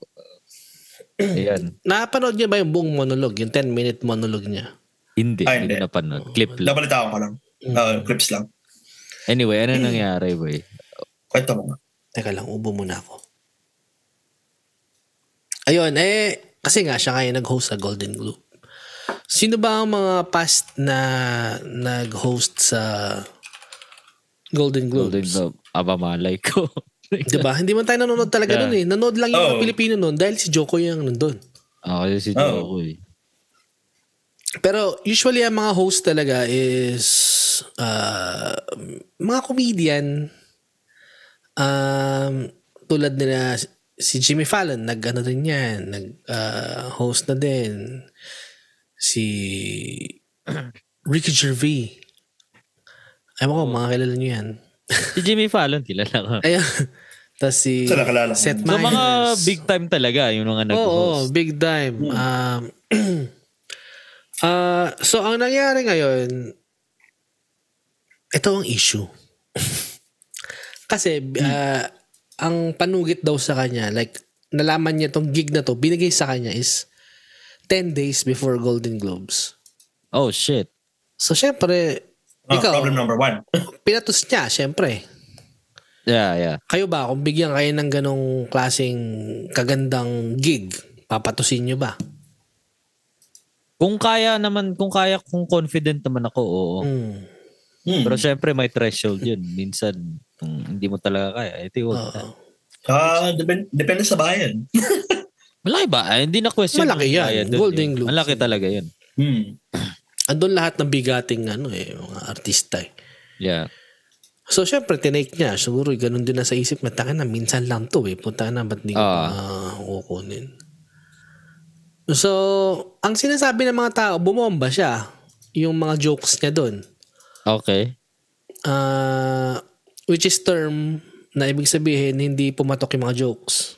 A: Ayan.
B: Napanood niya ba yung buong monologue? Yung 10-minute monologue niya?
A: Hindi,
C: Ay,
A: hindi
C: hindi.
A: ko napanood. Clip lang.
C: Nabalitaan ko lang.
B: Mm.
C: Uh, clips lang.
A: Anyway, ano nangyari, boy?
C: Kwento mo nga.
B: Teka lang, ubo muna ako. Ayun, eh, kasi nga siya kaya nag-host sa Golden Globe. Sino ba ang mga past na nag-host sa Golden Globes?
A: Golden Globe. Aba, malay ko.
B: Diba? Hindi man tayo nanonood talaga
A: Yeah.
B: nun eh. Nanood lang yung mga
C: Oo.
B: Pilipino nun dahil si Joko yung nandun.
A: Ako yun si
C: Oh.
A: Joko eh.
B: Pero usually ang mga host talaga is uh, mga comedian um, tulad nila si Jimmy Fallon nag ano din yan nag uh, host na din si Ricky Gervais Ewan ko,
C: Oh.
B: mga kilala nyo yan.
A: Si Jimmy Fallon, kilala ko.
B: Ayun. Tapos si
C: Saan nakilala ko?
B: Seth
A: So
B: Meyers.
A: mga big time talaga yung mga
B: Oo,
A: nag-host.
B: big time. Um, ah, so, ang nangyari ngayon, ito ang issue. Kasi, ah, ang panugit daw sa kanya, like, nalaman niya tong gig na to, binigay sa kanya is 10 days before Golden Globes.
A: Oh, shit.
B: So, syempre,
C: Ah,
B: ikaw,
C: problem number one.
B: pinatos niya, syempre.
A: Yeah, yeah.
B: Kayo ba, kung bigyan kayo ng ganong klaseng kagandang gig, papatusin niyo ba?
A: Kung kaya naman, kung kaya, kung confident naman ako, oo.
B: Hmm.
C: Hmm.
A: Pero syempre may threshold yun. Minsan, kung hindi mo talaga kaya, eh, ito yun.
B: Oo.
C: Ah, depend- depende sa bayan.
A: Malaki ba? Ah, hindi na question.
B: Malaki
A: kung
B: yan.
A: kaya dun
B: Golden
A: eh.
B: Globes.
A: Malaki talaga yun.
C: Hmm.
B: andun lahat ng bigating ano eh, mga artista eh.
A: Yeah.
B: So, syempre, tinake niya. Siguro, ganun din na sa isip. Mataka na, minsan lang to eh. Punta na, ba't di ko
A: Ah.
B: pa kukunin? So, ang sinasabi ng mga tao, bumomba siya. Yung mga jokes niya doon.
A: Okay.
B: Ah, which is term na ibig sabihin, hindi pumatok yung mga jokes.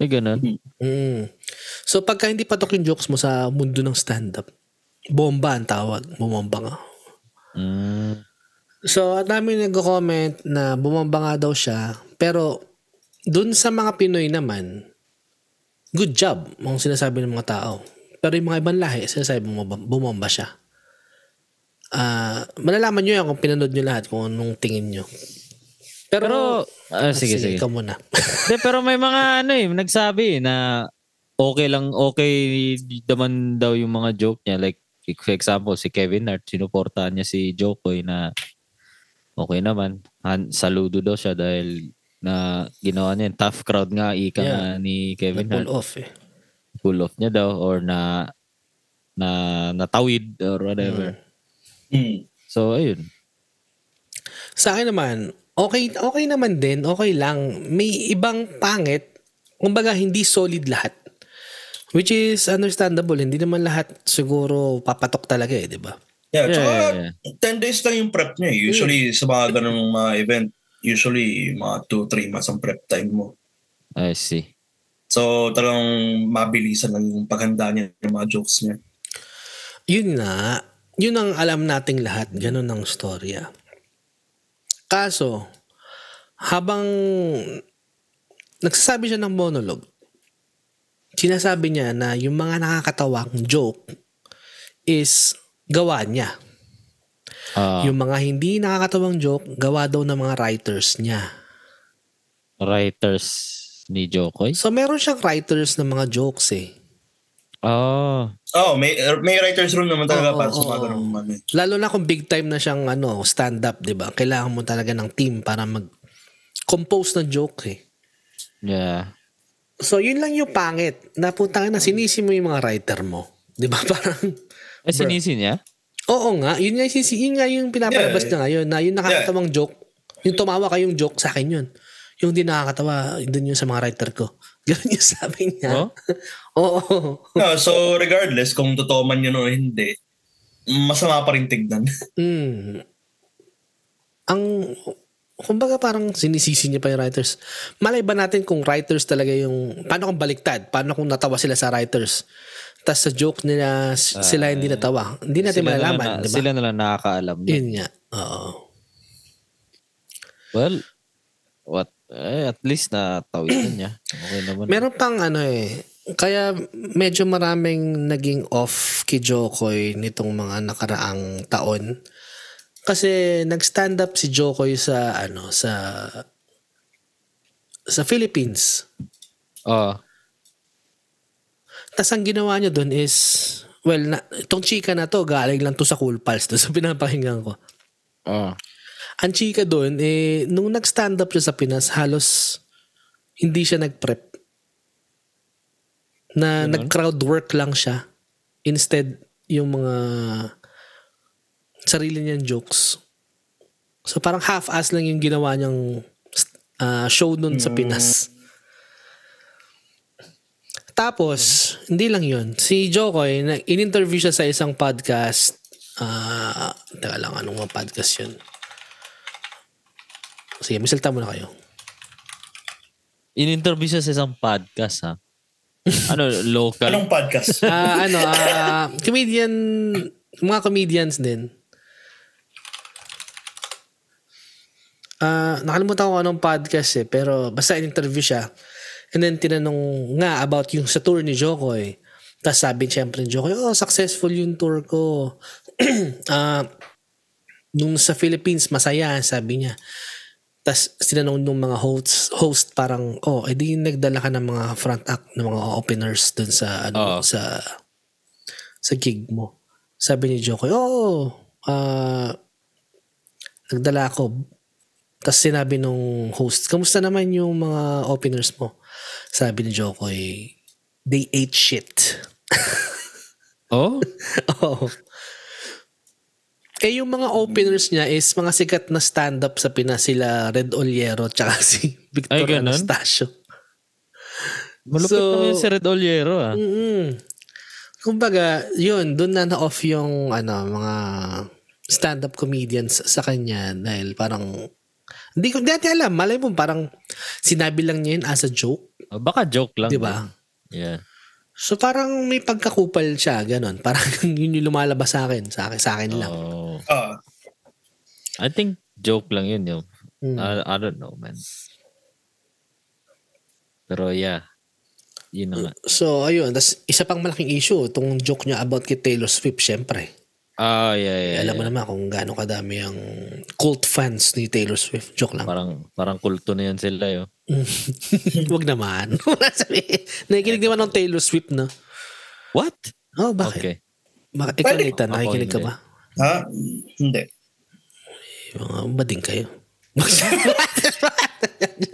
A: May ganun.
B: Mm. So, pagka hindi patok yung jokes mo sa mundo ng stand-up, bomba ang tawag. Bumomba ka.
A: Mm.
B: So, ang dami nagko-comment na bumamba nga daw siya. Pero, dun sa mga Pinoy naman, good job ang sinasabi ng mga tao. Pero yung mga ibang lahi, sinasabi bumamba, bumamba siya. Ah, malalaman nyo yan kung pinanood nyo lahat, kung anong tingin nyo. Pero,
A: Pero, ah,
B: Ah,
A: sige, sige.
B: Ikaw muna.
A: De, pero may mga ano eh, nagsabi eh, na okay lang, okay naman daw yung mga joke niya. Like, for example, si Kevin Hart, sinuportahan niya si Jokoy na okay naman. Han, saludo daw siya dahil na ginawa niya. yun. Tough crowd nga, ika
B: Yeah.
A: nga ni Kevin
B: Pull
A: Hart.
B: off eh.
A: Pull off niya daw or na na natawid or whatever.
B: Mm.
C: Hmm.
A: So, ayun.
B: Sa akin naman, okay, okay naman din, okay lang. May ibang pangit, kumbaga hindi solid lahat. Which is understandable, hindi naman lahat siguro papatok talaga eh, di ba?
C: Yeah,
A: Yeah,
C: tsaka
A: yeah, Hmm.
C: 10 days lang yung prep niya. eh. Usually, sa mga ganung mga event, usually mga 2-3 months ang prep time mo.
A: I see.
C: So, talagang mabilisan lang yung paghanda niya ng mga jokes niya.
B: Yun na, yun ang alam nating lahat, ganun ang storya. Kaso, habang nagsasabi siya ng monologue, sinasabi niya na yung mga nakakatawang joke is gawa niya.
A: Ah,
B: Yung mga hindi nakakatawang joke, gawa daw ng mga writers niya.
A: writers ni Jokoy.
B: So, meron siyang writers ng mga jokes eh.
A: Oh,
C: Oh, may may writer's room naman talaga
B: Oo,
C: para sa mga
B: oo.
C: ganung ano. eh.
B: Lalo na kung big time na siyang ano, stand-up, di ba? Kailangan mo talaga ng team para mag-compose ng joke eh.
A: yeah.
B: So, yun lang yung pangit. Napuntang na, sinisi mo yung mga writer mo. Di ba? Parang,
A: Eh, sinisi niya?
B: oo nga, yun nga, yung sinisi, yun nga yung pinapalabas
C: Yeah.
B: niya ngayon na yung nakakatawang joke, yung tumawa kayong joke sa akin yun. Yung hindi nakakatawa, dun yun sa mga writer ko. Ganun yung sabi niya.
A: Oh?
B: oo.
C: No, Ah, so, regardless kung totoo man yun o hindi, masama pa rin tignan.
B: Mm. Ang, kumbaga parang sinisisi niya pa yung writers. Malay ba natin kung writers talaga yung, paano kung baliktad? Paano kung natawa sila sa writers? Tapos sa joke nila, s- sila hindi natawa. Hindi
A: Ah,
B: natin
A: Sila na
B: malalaman,
A: lang-
B: di ba?
A: Sila na lang nakakaalam. nun.
B: Yun nga. Oo.
A: Well, what? Eh, at least na tawidan niya. Okay naman.
B: Meron pang ano eh, Kaya medyo maraming naging off kay Jokoy nitong mga nakaraang taon. Kasi nag-stand up si Jokoy sa ano sa sa Philippines.
A: Oh.
B: Tapos ang ginawa niya doon is, well, na, itong chika na to, galing lang to sa Cool Pals, doon sa pinapakinggan ko.
A: Oh.
B: Ang chika doon, eh, nung nag-stand up siya sa Pinas, halos hindi siya nag-prep. Na nag-crowd work lang siya. Instead, yung mga sarili niyang jokes. So parang half-ass lang yung ginawa niyang ah, show noon sa Pinas. Tapos, hindi lang yun. Si Jokoy, na- in-interview siya sa isang podcast. Ah, teka lang, anong mga podcast yun? Sige, misalta muna kayo.
A: In-interview siya sa isang podcast ha. Ano, local?
C: Anong podcast?
B: Ah, ano, ah, comedian, mga comedians din. Ah, nakalimutan ko anong podcast eh, pero basta in-interview siya. And then tinanong nga about yung sa tour ni Jokoy. Tapos sabi siyempre ni Jokoy, oh, successful yung tour ko. Ah, nung sa Philippines, masaya, sabi niya. Tapos sinanong nung mga host, host parang, oh, edi nagdala ka ng mga front act, ng mga openers dun sa, ano, sa, sa gig mo. Sabi ni Jokoy, oo, ah, nagdala ako. Tapos sinabi nung host, kamusta naman yung mga openers mo? Sabi ni Jokoy, they ate shit.
A: Oh?
B: Oo. Eh, yung mga openers niya is mga sikat na stand-up sa Pinas sila Red Oliero tsaka si Victor
A: Ay, ganun?
B: Anastasio.
A: Malupit
B: So- Mm.
A: naman yung si Red Oliero ah.
B: Mm-mm. Kumbaga, yun, doon na na-off yung ano, mga stand-up comedians sa kanya dahil parang hindi ko dati alam. Malay mo, parang sinabi lang niya yun as a joke,
A: Oh, Baka joke lang.
B: di ba?
A: Yeah.
B: So parang may pagkakupal siya, ganun. Parang yun yung lumalabas sa akin, sa akin, sa akin lang.
A: Oh.
C: Ah,
A: I think joke lang yun yun.
B: Mm.
A: I, I don't know man. Pero yeah. Yun na nga.
B: So, ayun. tas isa pang malaking issue, itong joke niya about kay Taylor Swift, syempre. Eh,
A: Ah, yeah, yeah. yeah.
B: Alam mo naman kung gaano kadami ang cult fans ni Taylor Swift. Joke lang.
A: Parang, parang kulto na yun sila eh, oh. yun.
B: Huwag naman. Wala sabihin. Nakikinig naman ng Taylor Swift, no?
A: What?
B: Oh, bakit?
A: Okay.
B: Baka, ikaw,
C: Pwede.
B: Nathan,
A: Ako
B: nakikinig ka
A: hindi.
B: ba?
C: ha? Hindi.
B: Eh, Mga bading kayo.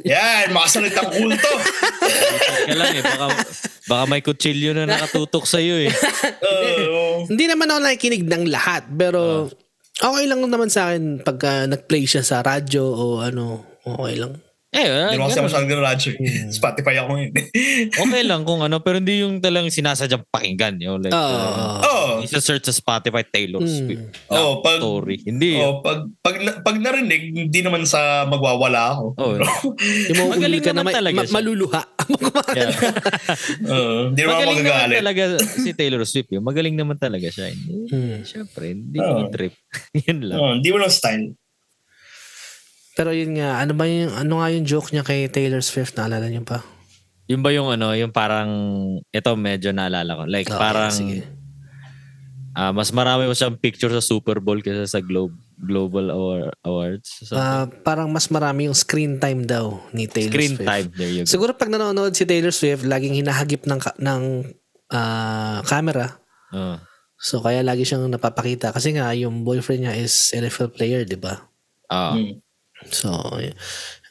C: Yan, makasalitang kulto.
A: Ka lang eh. Baka, baka may kutsilyo na nakatutok sa'yo eh.
C: Oo.
B: Hindi naman ako nakikinig ng
A: Ah.
B: lahat, pero okay lang naman sa akin pagka nag-play siya sa radyo o ano, okay lang.
A: Eh, ah,
C: Hindi mo kasi
A: ganun.
C: masyadong garage. eh. Spotify ako ngayon.
A: okay lang kung ano. Pero hindi yung talagang sinasadyang pakinggan. Yun, like,
B: Oo.
C: Oo.
A: uh, isa-search sa Spotify Taylor Swift. Oh,
C: Oo, Oh. pag-
A: story. Hindi.
C: Oh, pag, pag, pag narinig, hindi naman sa magwawala ako.
A: Oh,
B: Yung mga
A: Magaling
B: uli ka na
A: naman
B: may-
A: talaga
B: ma-
A: siya.
B: maluluha.
A: yeah.
C: Oo, Oh, hindi naman ako
A: Magaling naman
C: magagalit.
A: talaga si Taylor Swift. Yun. Magaling naman talaga siya. eh. Hindi,
B: Hmm.
A: Siyempre, hindi
C: Oo.
A: oh. trip. Yun lang.
C: Oo, Oh, Hindi mo lang style.
B: Pero yun nga, ano ba yung, ano nga yung joke niya kay Taylor Swift? Naalala niyo pa?
A: Yun ba yung ano, yung parang, ito medyo naalala ko. Like
B: Okay,
A: parang,
B: sige.
A: ah, mas marami pa siyang picture sa Super Bowl kaysa sa Globe, Global Awar- Awards. So,
B: Ah, parang mas marami yung screen time daw ni Taylor
A: screen
B: Swift.
A: time. There you go.
B: Siguro pag nanonood si Taylor Swift, laging hinahagip ng, ka- ng ah, camera.
A: Oo.
B: So kaya lagi siyang napapakita. Kasi nga, yung boyfriend niya is NFL player, di ba? Hmm.
A: Ah.
C: Mm.
B: So,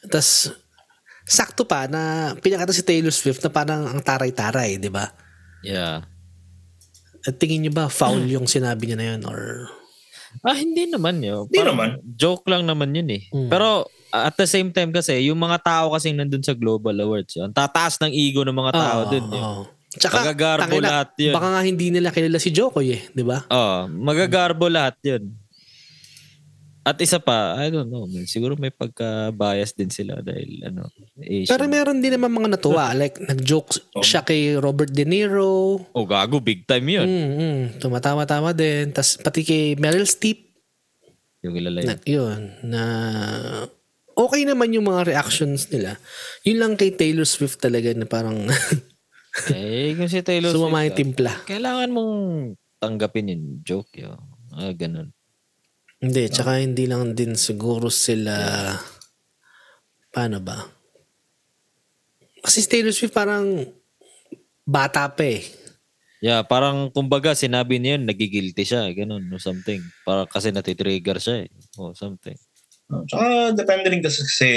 B: tas sakto pa na pinakita si Taylor Swift na parang ang taray-taray, di ba?
A: yeah.
B: At tingin niyo ba foul yung sinabi niya na yun or
A: Ah, hindi naman yun.
C: Hindi
A: Parang
C: naman.
A: Joke lang naman yun eh.
B: Mm.
A: Pero ah, at the same time kasi, yung mga tao kasing nandun sa Global Awards, yun, ang tataas ng ego ng mga tao
B: Oo,
A: dun. Yun.
B: oo. Tsaka,
A: Magagarbo
B: tangina,
A: lahat yun.
B: Baka nga hindi nila kilala si Jokoy eh, di ba?
A: Oh, magagarbo lahat 'yun. At isa pa, I don't know, man, siguro may pagka-bias din sila dahil ano, Asian.
B: Pero meron din naman mga natuwa. Like, nag-joke siya kay Robert De Niro.
A: oh, gago, big time 'yun.
B: Mm-mm. Tumatama-tama din. Tapos pati kay Meryl Streep.
A: Yung kilala
B: Na,
A: yun.
B: yun. Na okay naman yung mga reactions nila. Yun lang kay Taylor Swift talaga na parang
A: Eh, kung si Taylor
B: Sumama yung
A: Swift,
B: timpla.
A: ah, kailangan mong tanggapin yung joke yun. Ah, ganun.
B: Hindi, tsaka hindi lang din siguro sila... Paano ba? Kasi si Taylor Swift parang bata pa eh.
A: Yeah, parang kumbaga sinabi niya yun, nagigilty siya, ganun, or something. Para kasi natitrigger siya eh, or something.
C: Oh, Tsaka depende rin kasi kasi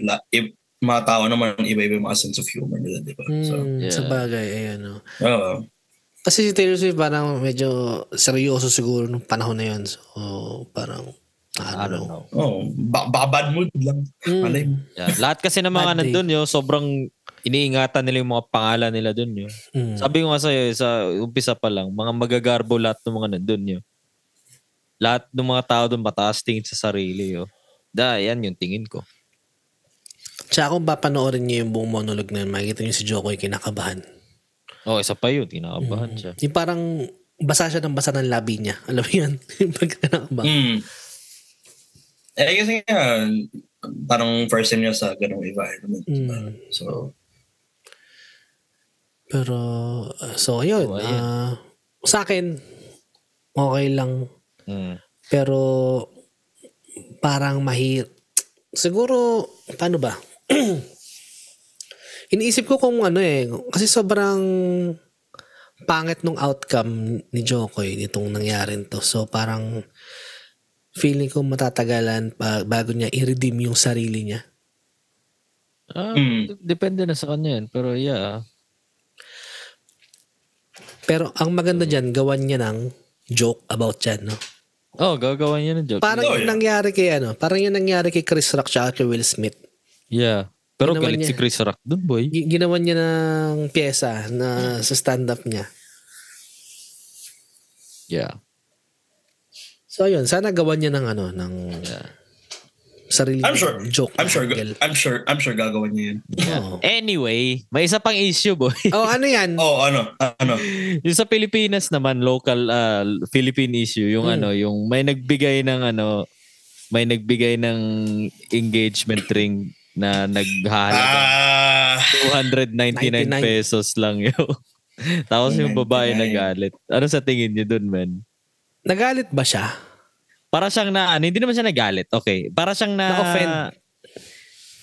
C: la, if, mga tao naman iba-iba yung mga sense of humor nila, di ba?
A: Hmm.
C: So,
B: Mm,
A: yeah.
B: Sa bagay, ayan o.
C: ah,
B: Kasi si Taylor Swift parang medyo seryoso siguro nung panahon na yun. So, parang, I don't, know.
C: oh, ba- ba- bad mood lang.
A: Hmm.
C: Malay mo.
A: Yeah, lahat kasi ng mga
B: Bad day.
A: nandun yun, sobrang iniingatan nila yung mga pangalan nila dun yun.
B: Mm.
A: Sabi ko nga sa'yo, sa umpisa pa lang, mga magagarbo lahat ng mga nandun yun. Lahat ng mga tao dun mataas tingin sa sarili yun. Da, yan yung tingin ko.
B: Tsaka kung papanoorin niyo yung buong monologue na yun, makikita niyo si Joko ay kinakabahan.
A: Oh, isa pa yun, kinakabahan siya.
B: Yung parang basa siya ng basa ng labi niya. Alam mo yan? Yung pagkanakabahan.
C: Mm. Eh, kasi nga, parang first time niya sa ganung environment. di ba?
A: Hmm.
C: So,
B: Pero, uh, so ayun.
A: Oh, ayun.
B: ah, sa akin, okay lang.
A: Mm.
B: Pero, parang mahir. Siguro, paano ba? Iniisip ko kung ano eh. Kasi sobrang pangit nung outcome ni Jokoy nitong nangyarin to. So parang feeling ko matatagalan pa bago niya i-redeem yung sarili niya.
A: Ah,
C: Mm.
A: d- depende na sa kanya yun. Pero yeah,
B: Pero ang maganda dyan, gawan niya ng joke about yan, no?
A: Oh, gagawa niya ng joke.
B: Parang
C: Oh,
B: yung
C: yeah.
B: nangyari kay ano, parang yung nangyari kay Chris Rock tsaka kay Will Smith.
A: yeah. Pero
B: Ginawa
A: galit
B: niya.
A: si Chris Rock dun, boy.
B: Gi- ginawan niya ng pyesa na sa stand-up niya.
A: Yeah.
B: So ayun, sana gawan niya ng ano, ng sarili
C: I'm
B: niyang
C: sure.
B: joke.
C: I'm
B: na
C: sure,
B: angle.
C: I'm sure, I'm sure gagawin niya yun.
B: Oo.
A: Anyway, may isa pang issue, boy.
B: oh, ano yan?
C: Oh, ano, ano.
A: yung sa Pilipinas naman, local ah, Philippine issue, yung
B: Hmm.
A: ano, yung may nagbigay ng ano, may nagbigay ng engagement ring na naghahalaga.
C: Ah,
A: 299
B: 99.
A: pesos lang yun. Tapos yung babae
C: 99.
A: nagalit. Ano sa tingin niyo dun, man?
B: Nagalit ba siya?
A: Para siyang na, ano, hindi naman siya nagalit. Okay. Para siyang na...
B: Na-offend.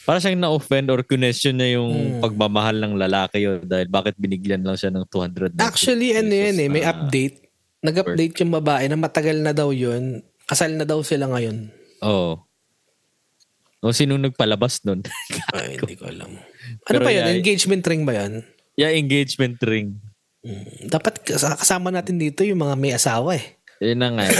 A: Para siyang na-offend or connection niya yung pagmamahal ng lalaki yun dahil bakit binigyan lang siya ng 200
B: Actually, ano yan eh, may update. Nag-update yung babae na matagal na daw yun. Kasal na daw sila ngayon.
A: Oo. O sino nagpalabas nun?
B: Ay, hindi ko alam. Ano
A: Pero
B: pa yun?
A: yeah,
B: Engagement ring ba yun? Hmm,
A: yeah, engagement ring.
B: Dapat kas- kasama natin dito yung mga may asawa eh.
A: Yun na nga. eh.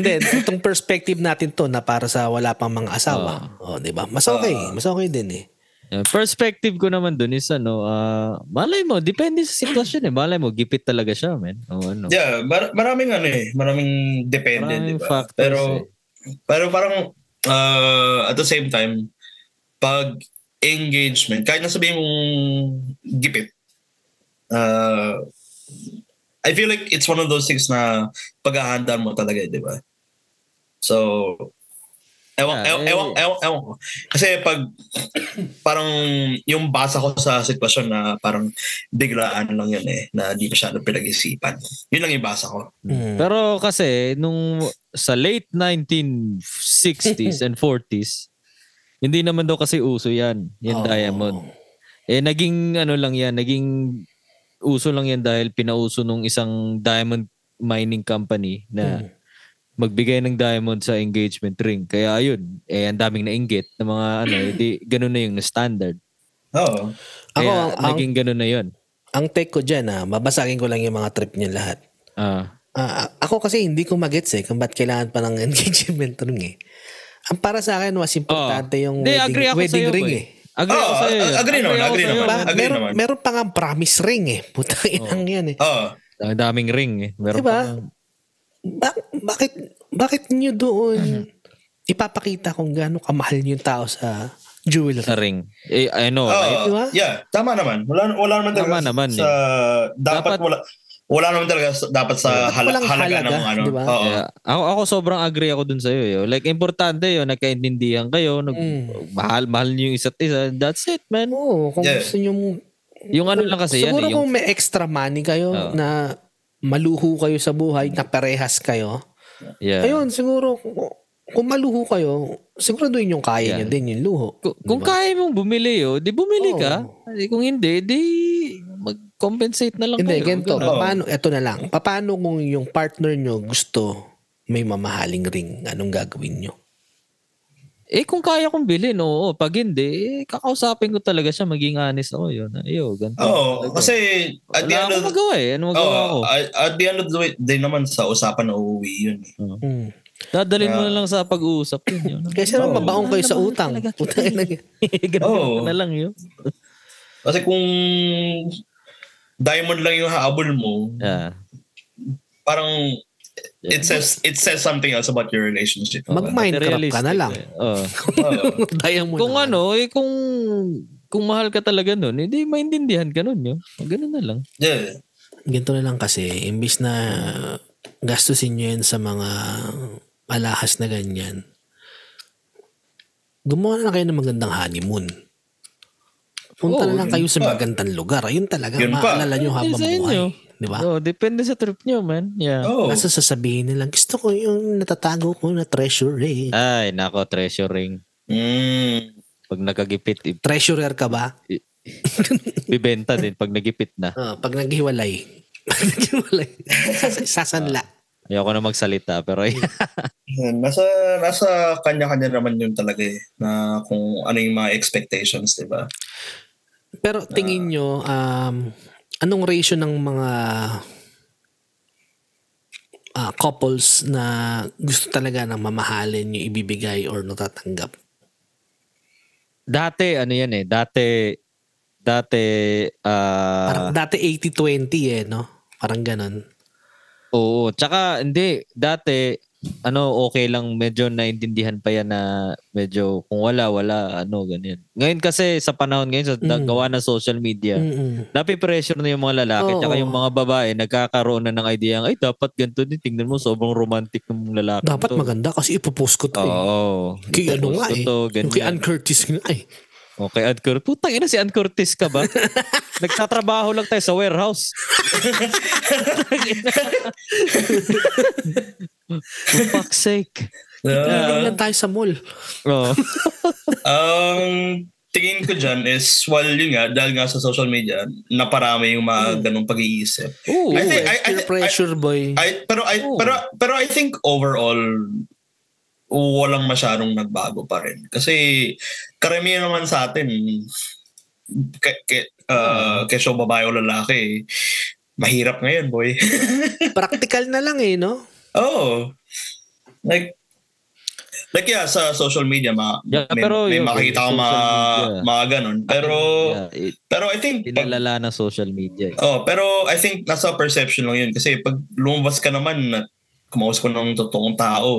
B: Hindi, itong perspective natin to na para sa wala pang mga asawa.
A: Ah.
B: oh, di ba? Mas okay. Mas okay din eh.
A: Yeah, Perspective ko naman dun is ano, ah, malay mo, depende sa sitwasyon eh. Malay mo, gipit talaga siya, man. O ano.
C: yeah, mar- maraming ano eh, maraming depende,
A: Maraming
C: di ba?
A: factors eh.
C: Pero, pero parang, uh, at the same time, pag engagement, kahit na sabihin mong gipit, uh, I feel like it's one of those things na paghahandaan mo talaga, eh, di ba? So, ewan,
A: Yeah,
C: ewan,
A: eh.
C: ewan, ewan, ewan ko. Kasi pag, parang yung basa ko sa sitwasyon na parang biglaan lang yun eh, na di masyado pinag-isipan. Yun lang yung basa ko.
B: Mm.
A: Pero kasi, nung sa late 1960s and 40s, hindi naman daw kasi uso yan, yung
B: Oo.
A: diamond. Eh, naging ano lang yan, naging uso lang yan dahil pinauso nung isang diamond mining company
B: Mm.
A: na magbigay ng diamond sa engagement ring. Kaya ayun, eh, ang daming nainggit ng mga ano, edi, ganun na yung standard.
C: Oo.
B: Ako,
A: Kaya
B: ang, ang,
A: naging ganun na yun.
B: ang take ko dyan, ah, babasagin ko lang yung mga trip niya lahat.
A: Ah,
B: Ah, a- ako kasi hindi ko magets eh kung ba't kailangan pa ng engagement ring eh. Ang para sa akin, mas importante
A: Ah.
B: yung
A: Hindi,
B: wedding,
A: agree ako
B: wedding
A: sa'yo,
B: ring
A: boy.
B: eh.
A: Agree ako
C: Oo,
A: sa'yo.
C: ag-
A: yun.
C: Oh, agree naman,
A: ako
C: agree
A: sa'yo,
C: naman.
A: man.
B: Ba-
C: agree
B: meron,
C: naman.
B: meron pa nga promise ring eh. Putang inang yan eh.
C: Oo.
A: Ang daming ring eh. Oh. Ah, Meron
B: Diba?
A: pa-
B: Ba- bakit, bakit nyo doon
A: Mhm.
B: ipapakita kung gaano kamahal yung tao sa jewelry?
A: sa ring. Eh, I know, right?
B: Di ba?
C: Yeah, tama naman. Wala, wala naman talaga
A: Tama naman
C: sa...
A: Dapat-
C: dapat, wala, wala naman talaga sa- dapat sa
B: Dapat
C: hala,
B: walang
C: halaga,
B: halaga,
C: ng ano.
B: di ba?
C: Oo.
A: Yeah. Ako, ako sobrang agree ako dun sa'yo. Yo. Like, importante yun.
B: Mm.
A: Nagkaintindihan kayo. Nag, Mahal, mahal niyo yung isa't isa. That's it, man.
B: Oo, kung
C: Yeah.
B: gusto nyo
A: Yung ano lang kasi yan. Eh,
B: Siguro
A: yung,
B: kung may extra money kayo
A: Oo.
B: na maluho kayo sa buhay, na parehas kayo.
A: yeah.
B: Ayun, siguro kung, kung maluho kayo, siguraduhin yung kaya
A: Yeah.
B: niyo din yung luho.
A: Kung, kung kaya mong bumili, oh, di bumili
B: diba? Oo.
A: ka. Eh, Kung hindi, di mag-compensate na lang
B: Hindi,
A: kayo.
B: ganito.
A: Ganun.
B: Paano, eto na lang. Paano kung yung partner nyo gusto may mamahaling ring? Anong gagawin nyo?
A: Eh, kung kaya kong bilhin, oo. Pag hindi, eh, kakausapin ko talaga siya. Maging honest ako yun. Ayo, ganito.
C: Oo, kasi
A: At
C: at
A: Wala
C: the end of,
A: akong magawa eh. Ano magawa ko?
C: oh, at, at the end of the way, din naman sa usapan na uuwi yun. eh.
B: Mm.
A: Dadalhin mo
C: Yeah.
A: na lang sa pag-uusap yun. yun.
B: Kasi naman mabaong kayo sa utang. Utang na
A: Ganun
C: Oo.
A: na lang yun.
C: Kasi kung diamond lang yung haabol mo,
A: Yeah.
C: parang it says it says something else about your relationship.
B: Mag-Minecraft ka na lang.
A: Materialistic eh. Oo.
C: Oo.
B: Daya mo
A: Kung
B: na.
A: ano, eh, kung kung mahal ka talaga nun, hindi maintindihan ka nun yun. Ganun na lang.
C: yeah.
B: Ganito na lang kasi, imbis na gastusin nyo yan sa mga alahas na ganyan, gumawa na lang kayo ng magandang honeymoon. Punta
A: Oo,
B: na lang kayo sa
C: pa.
B: magandang lugar. Ayun talaga,
C: Yun pa.
B: maaalala nyo habang
A: Sa inyo.
B: buhay. Di ba?
A: Oo, depende sa trip nyo, man. Yeah.
C: Oh.
B: Kaso sasabihin nilang, gusto ko yung natatago ko na treasure eh.
A: Ay, nako, treasure ring.
C: Mm.
A: Pag nakagipit, i-
B: Treasurer ka ba?
A: ibibenta din pag nagipit na.
B: Ah, pag naghiwalay. Pag naghiwalay. sas- sasanla.
A: Ayoko na magsalita, pero
C: Nasa nasa kanya-kanya naman yun talaga eh na kung ano yung mga expectations, 'di ba?
B: Pero
A: Ah.
B: tingin nyo, um, anong ratio ng mga ah, couples na gusto talaga ng mamahalin yung ibibigay or natatanggap?
A: dati, ano yan eh, dati, dati,
B: Parang
A: ah,
B: dati 80-20 eh, no? Parang ganon.
A: oo, tsaka, hindi, dati, ano, okay lang, medyo naintindihan pa yan na medyo kung wala, wala, ano, ganyan. Ngayon kasi, sa panahon ngayon, sa
B: Mm.
A: gawa ng social media,
B: Mm-mm.
A: napipressure na yung mga lalaki
B: Oo.
A: tsaka yung mga babae nagkakaroon na ng idea ay dapat ganito din tingnan mo sobrang romantic ng lalaki
B: Dapat
A: to.
B: maganda kasi ipopost ko to eh.
A: Oo.
B: Kay ano
A: Gusto
B: nga eh.
A: to,
B: Yung kay
A: ganyan.
B: Ann Curtis nga eh.
A: O, Oh, kay Ann Curtis. Putang ina si Ann Curtis ka ba? Nagtatrabaho lang tayo sa warehouse. For fuck's sake. Ah. Oh.
B: Nandun
C: Uh,
B: lang tayo sa mall.
A: Oo.
C: ang tingin ko dyan is, well, yun nga, dahil nga sa social media, naparami yung
A: Hmm.
C: mga ganong pag-iisip.
A: Oo.
C: I think- I- I-
B: Peer
C: I-
B: pressure, boy.
C: I, pero, I,
A: Oo.
C: pero, pero I think overall, walang masyadong nagbago pa rin. Kasi karamihan naman sa atin, ke, ke, uh,
A: Hmm.
C: keso babae o lalaki, mahirap ngayon, boy.
B: Practical na lang eh, no?
C: oh. Like, like yeah, sa social media, ma,
A: Yeah,
C: may,
A: pero
C: may
A: yun,
C: makita ka
A: social
C: mga,
A: media.
C: mga ganun. Pero,
A: Yeah, it-
C: pero I think, pag-
A: Pinalala na social media. eh.
C: Oh, pero I think nasa perception lang yun kasi pag lumabas ka naman at kumaus ko ng totoong tao,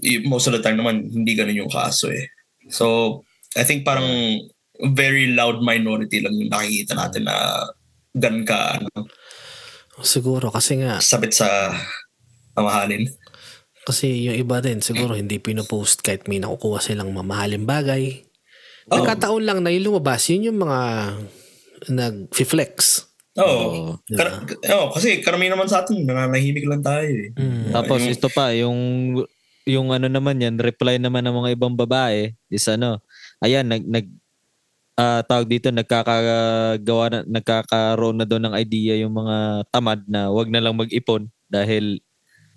C: y- most of the time naman hindi ganun yung kaso eh. So, I think parang very loud minority lang yung nakikita natin na gan ka ano,
B: Siguro, kasi nga,
C: sabit sa mamahalin.
B: Kasi yung iba din, siguro hindi pinopost kahit may nakukuha silang mamahaling bagay.
C: Oo.
B: Nagkataon lang na yung lumabas, yun yung mga nag-flex.
A: Oo.
C: Oo. Kar- oh, kasi karamihan naman sa atin nananahimik lang tayo eh.
B: Mm.
A: Tapos
C: Yung-
A: ito pa, yung yung ano naman yan, reply naman ng mga ibang babae is ano, ayan, nag, nag ah, tawag dito, nagkakagawa na, nagkakaroon na doon ng idea yung mga tamad na wag na lang mag-ipon dahil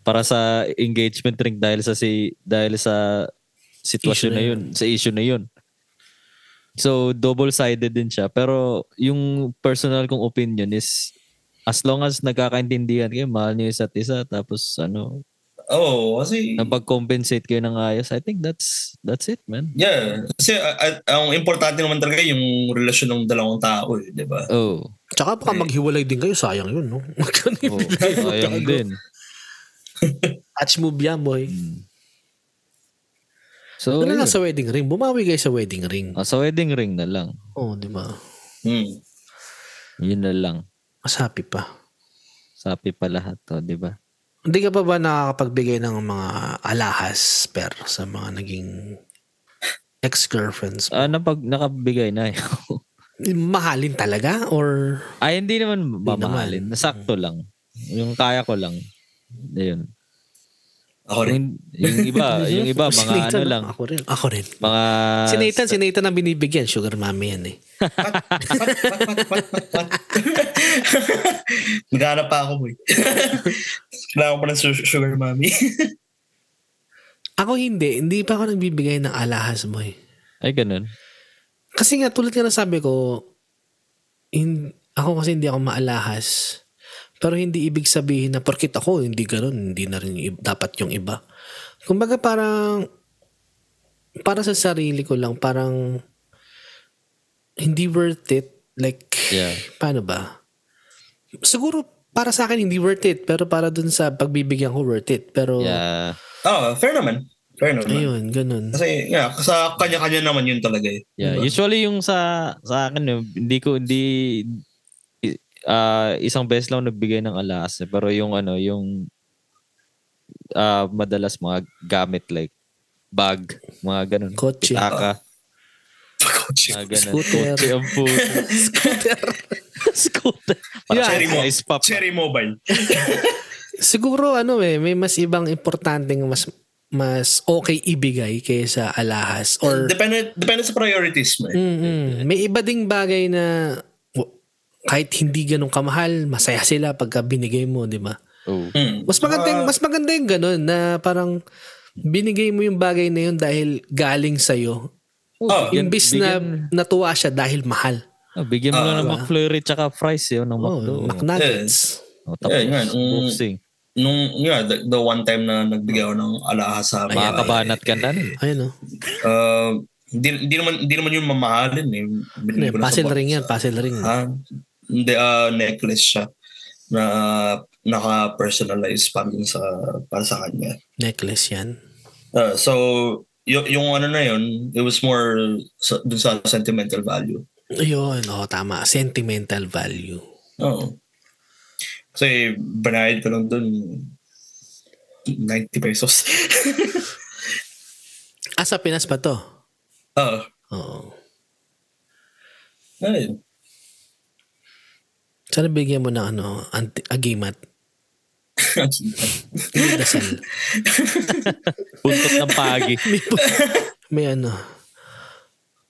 A: para sa engagement ring dahil sa si dahil sa sitwasyon
B: Issue
A: na
B: na
A: yun, sa issue na yun. So double-sided din siya pero yung personal kong opinion is as long as nagkakaintindihan kayo, mahal niyo isa't isa tapos ano,
C: Oo, oh, kasi...
A: napag-compensate kayo ng ayos, I think that's that's it, man.
C: Yeah, kasi ah, ah, ang importante naman talaga yung relasyon ng dalawang tao eh, di ba?
A: Oh.
B: Tsaka baka maghiwalay din kayo, sayang yun, no? Magkano
A: oh.
B: yung bigay mo?
A: Ayun din. Hmm.
B: Touch move yan, boy.
A: So,
B: Doon Ano na
A: yun.
B: lang sa wedding ring. Bumawi kayo sa wedding ring.
A: Ah, sa wedding ring na lang.
B: Oo, di ba?
C: Hmm.
A: Yun na lang.
B: Mas happy pa.
A: Sapi pa lahat to, di ba?
B: Hindi ka pa ba nakakapagbigay ng mga alahas per sa mga naging ex-girlfriends?
A: Ah, napag, nakabigay na. eh.
B: mahalin talaga or
A: Ay, hindi naman Mm. mamahalin. Nasakto lang. Yung kaya ko lang. Ayun.
C: Ako rin.
A: Yung, yung iba, yung iba,
B: Si
A: mga ano
B: Nathan,
A: lang.
B: Ako rin. Ako rin.
A: Mga...
B: si Nathan, si Nathan ang binibigyan. Sugar mommy yan eh.
C: Naghanap pa ako, boy. Kailangan ko pa ng su- sugar mommy.
B: Ako hindi. Hindi pa ako nagbibigay ng alahas mo eh.
A: Ay, ganun.
B: Kasi nga, tulad nga na sabi ko, in, ako kasi hindi ako maalahas. Pero hindi ibig sabihin na porkit ako, hindi ganun, hindi na rin i- dapat yung iba. Kumbaga parang, para sa sarili ko lang, parang hindi worth it. Like,
A: Yeah.
B: paano ba? Siguro para sa akin hindi worth it, pero para dun sa pagbibigyan ko worth
A: Oh.
B: it. Pero,
A: Yeah.
C: Oo, Oh, fair naman. Fair naman.
B: ayun, ganun.
C: Kasi, yeah, sa kanya-kanya naman yun talaga eh.
A: Yeah, usually yung sa sa akin yung- hindi ko hindi i- ah, isang beses lang nagbigay ng alas eh. pero yung ano yung ah, madalas mga gamit like bag, mga ganun.
B: Kotse.
A: Pitaka,
C: Coach.
A: mga ganun.
B: Scooter.
A: Kotse ang puto. Scooter. Para
C: Cherry mo.
A: sa ice pop.
C: Cherry Mobile.
B: Siguro ano eh, may mas ibang importanteng mas mas okay ibigay kaysa alahas or
C: Depende, depende sa priorities mo eh.
B: Mm-mm. may iba ding bagay na w- kahit hindi ganun kamahal, masaya sila pagka binigay mo, di ba?
A: Oh.
C: Mm.
B: Mas maganda yung, mas maganda yung ganun na parang binigay mo yung bagay na yun dahil galing sa'yo.
C: Oh,
A: Yan,
B: Imbis na
A: bigyan-
B: natuwa siya dahil mahal.
A: Oh, bigyan mo lang ng McFlurry tsaka fries yun ng
B: Oh,
A: McDo.
B: McNuggets.
A: Oh, tapos,
C: Yeah, yun. Mm.
A: boxing.
C: nung yeah, the, the one time na nagbigay ako ng alahas sa
A: Mga
C: bahay,
A: kabanat ka na. nun.
B: Ayun oh. o.
C: uh, hindi, hindi naman hindi naman yung mamahalin eh. Binili ko na sa
B: Puzzle
C: box.
B: ring yan, puzzle ring.
C: Ha? Hindi, ah, necklace siya na naka-personalize para sa para sa kanya.
B: Necklace yan.
C: Ah, so y- yung ano na yun, it was more sa, dun sa sentimental value.
B: Ayun, oh, tama. Sentimental value.
C: Oo. Kasi banayad ko lang dun 90 pesos.
B: Ah, sa Pinas ba to?
C: Oo.
B: Oo.
C: Ah, Ayun.
B: Sana bigyan mo ng ano, anti- agimat. May dasal.
A: Buntot ng pagi.
B: May ano,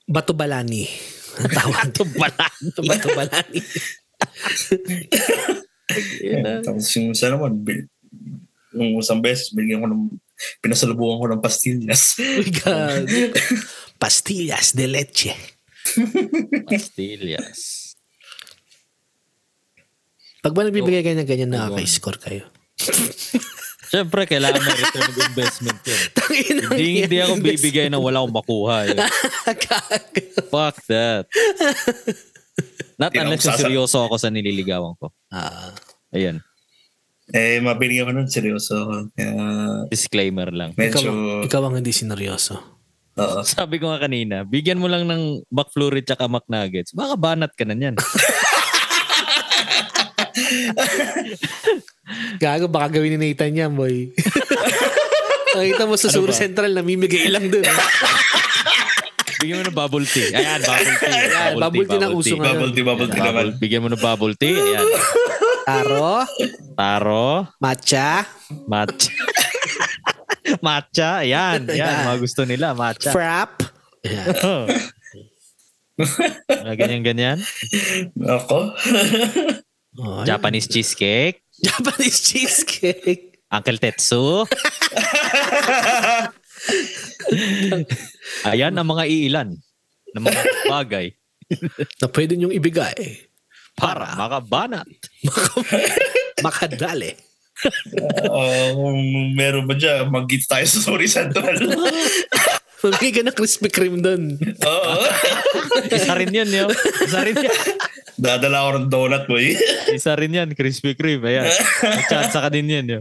B: bato balani. Ang tawag. bato balani. bato balani.
C: Yeah, tapos yung isa naman, bil- yung isang beses, binigyan ko ng, pinasalubungan ko ng pastillas.
B: My God. Pastillas de leche.
A: Pastillas.
B: Pag ba nagbibigay kayo ng ganyan, nakaka-score kayo.
A: Siyempre, kailangan may return of investment yun.
B: Tangin na
A: Hindi, hindi ako bibigay na wala akong makuha. Yun. Fuck that. Not
C: Hindi na
A: unless
C: ako
A: yung
C: sasa-
A: seryoso ako sa nililigawan ko.
B: Ah,
A: Ayan.
C: eh, mabinigyan ko nun, seryoso. ako. Kaya,
A: Disclaimer lang.
B: ikaw,
C: medyo,
B: ikaw ang hindi sineryoso.
C: oo.
A: Sabi ko nga kanina, bigyan mo lang ng McFlurry tsaka McNuggets. Baka banat ka na niyan.
B: Gago, baka gawin ni Nathan yan, boy. Nakita mo sa Suro Central, namimigay lang dun. eh.
A: Bigyan mo ng bubble tea. Ayan, bubble tea.
B: Ayan, bubble tea na uso ngayon.
C: Bubble tea, bubble tea naman.
A: Ano? Bubble, bigyan mo ng bubble tea. Ayan.
B: Taro,
A: Taro,
B: matcha,
A: matcha. matcha. Ayan. Ayan. Mga gusto nila. Matcha.
B: frap. Ayan.
A: Oh. Mga ganyan-ganyan.
C: Ako?
B: Oh, ayan.
A: Japanese cheesecake.
B: Japanese cheesecake.
A: Uncle Tetsu. Ayan ang mga iilan ng mga bagay
B: Na pwede niyong ibigay.
A: para makabanat.
B: Makadali.
C: Oo, kung meron ba dyan, mag-git tayo sa Sorry Central.
B: Mamigay ka ng Krispy Kreme dun.
C: Oo.
A: Isa rin yan, yo. Isa rin yan.
C: Dadala ko ng donut, boy.
A: Isa rin yan, Krispy Kreme. Ayan. May chance ka din yan, yo.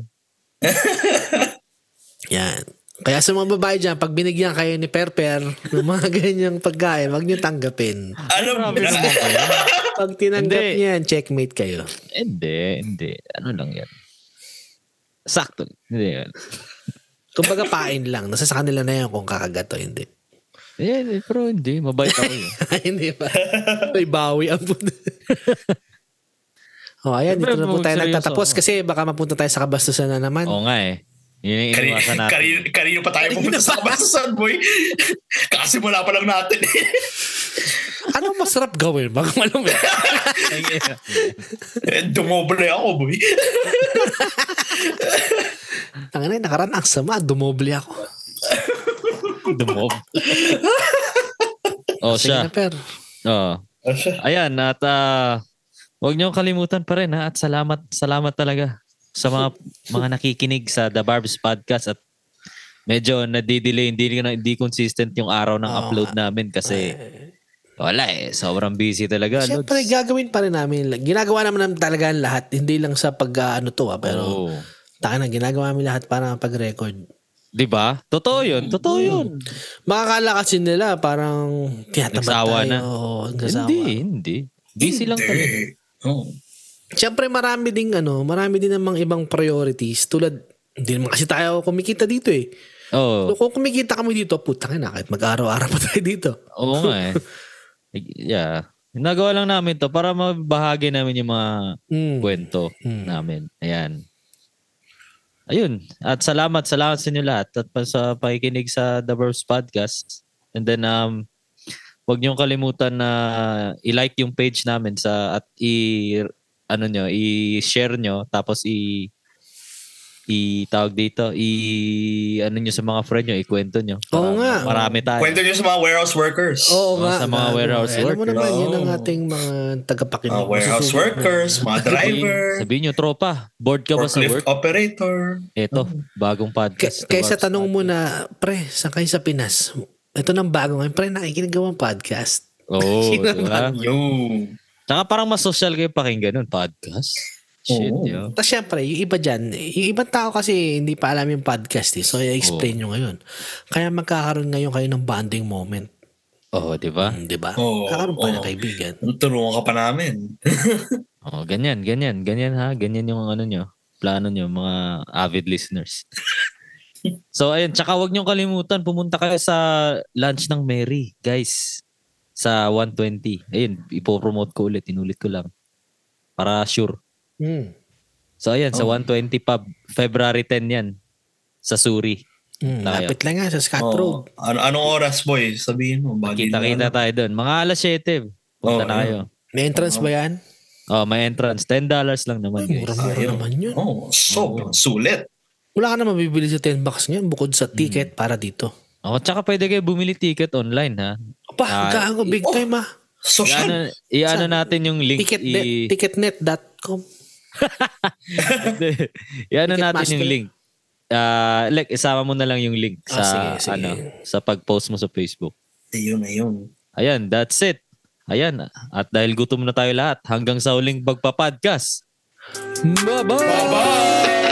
B: Yan. Kaya sa mga babae dyan, pag binigyan kayo ni Perper ng mga ganyang pagkain, wag niyo tanggapin.
C: Alam mo,
A: Sabi naman ko yan.
B: Pag tinanggap
A: Hindi.
B: niyan, checkmate kayo.
A: Hindi, hindi. Ano lang yan? Sakto. Hindi yan.
B: Kumbaga pain lang. Nasa sa kanila na yan kung kakagat o hindi.
A: Eh, pero hindi. Mabait ako yun.
B: Hindi pa. May bawi ang puto. oh, ayan. Dito
A: Siyempre,
B: na po tayo
A: seryoso.
B: nagtatapos kasi baka mapunta tayo sa kabastusan na naman.
A: Oo nga eh. Yun yung
C: Kari-
A: iniwasan natin.
C: kari- Kanino pa tayo pupunta sa kabastusan, boy? Kakasimula pa lang natin. eh.
B: Anong masarap gawin? Baka malam eh.
C: Eh, Dumoble ako, boy.
B: Ang anay, eh, nakaraan ang sama. Dumoble ako.
A: Dumob. oh,
B: Sige
A: siya.
B: na, per.
A: Oh.
C: Ah, siya.
A: Ayan, at ah, huwag niyong kalimutan pa rin ha. At salamat, salamat talaga sa mga mga nakikinig sa The Barbs Podcast at medyo nadidelay, hindi, na- hindi consistent yung araw ng
B: Oo
A: upload namin kasi wala eh, sobrang busy talaga. Ano, Lods.
B: Siyempre, gagawin pa rin namin. Ginagawa naman namin talaga ang lahat. Hindi lang sa pag ah, ano to ah, pero
A: Oo.
B: taka na, ginagawa namin lahat para pag-record.
A: Di ba? Totoo yun, totoo yun.
B: Makakala kasi nila parang tinatamad
A: Nagsawa
B: tayo.
A: na.
B: Oo, nagsasawa.
A: Hindi, hindi. Busy lang talaga.
C: Eh, oh.
B: Siyempre marami ding ano, marami din namang ibang priorities tulad hindi naman kasi tayo kumikita dito eh.
A: Oo.
B: So, kung kumikita kami dito, putang na, kahit mag-araw-araw pa tayo dito.
A: Oo nga eh. Yeah. Nagawa lang namin to para mabahagi namin yung mga
B: Mm.
A: kwento
B: Mm.
A: namin. Ayan. Ayun. At salamat, salamat sa inyo lahat at pa sa pakikinig sa The Verbs Podcast. And then, um, wag niyong kalimutan na i-like yung page namin sa at i ano nyo, i-share nyo tapos i i tawag dito, i ano nyo sa mga friend nyo, ikwento nyo.
B: Oo
A: Para
B: nga.
A: Marami tayo.
C: Kwento niyo sa mga warehouse workers.
A: Oh,
B: Oo nga.
A: sa mga
B: ano,
A: warehouse
B: Alam mo
A: workers.
B: naman, yan ang
C: Oo.
B: ating mga tagapakinig.
C: Mga warehouse
B: Masusugot
C: workers, mga driver,
A: Sabihin, sabihin nyo, tropa, bored ka ba sa
C: forklift
A: work?
C: operator.
A: Eto, bagong podcast.
B: K- kaysa
A: Tabarbs
B: tanong mo
A: Podcast.
B: na, pre, saan kayo sa Pinas? Ito nang bago ngayon. Pre, nakikinig ang podcast.
A: Oo,
B: Sino
A: di ba?
C: Yo.
A: Tsaka parang mas social kayo pakinggan nun, podcast. Shit,
C: Oo.
A: yo.
B: Tapos Ah, syempre, yung iba dyan, yung ibang tao kasi hindi pa alam yung podcast eh. So, i-explain nyo ngayon. Kaya magkakaroon ngayon kayo ng bonding moment.
A: Oo, di ba?
B: Mm, Di ba?
C: Oo,
B: Kakaroon pa
C: oo.
B: ng kaibigan.
C: Tulungan ka pa namin.
A: Oo, ganyan, ganyan, ganyan ha. Ganyan yung ano nyo, plano nyo, mga avid listeners. so, ayun. Tsaka huwag nyo kalimutan, pumunta kayo sa lunch ng Mary, guys. Sa 120. Ayun, ipopromote ko ulit, inulit ko lang. Para sure.
B: Mm.
A: So, ayan, sa 120 pub, February 10 yan. Sa Suri.
B: Mm.
A: Tayo.
B: Lapit lang nga sa Scott Road.
C: Oo. Ano, anong oras, boy? Sabihin mo. bagay
A: Kita-kita
C: na-
A: tayo doon. Mga alas 7. Punta
C: Oo,
A: na
C: Oh, ayun.
A: kayo.
B: May entrance ba yan?
A: Oh, may entrance. $10 lang naman, guys.
B: Mura-mura
C: Ayun.
B: naman yun.
C: Oo, sobrang Oh, sulit.
B: Wala ka na mabibili sa 10 bucks niyan bukod sa
C: Hmm.
B: ticket para dito.
A: Oh, tsaka pwede kayo bumili ticket online, ha?
B: Opa,
A: Ah,
B: uh, gago,
C: Oh!
B: big time ah.
C: Social.
A: Iano, iano natin yung link.
B: Ticketnet,
A: i-
B: ticketnet.com.
A: iano natin
B: Ticketmaster.
A: yung link. Ah, like, isama mo na lang yung link sa
B: Ah, sige, sige.
A: ano, sa pag-post mo sa Facebook.
C: Ayun, ayun.
A: Ayan, that's it. Ayan, at dahil gutom na tayo lahat, hanggang sa uling pagpa-podcast.
B: Bye-bye!
C: Bye!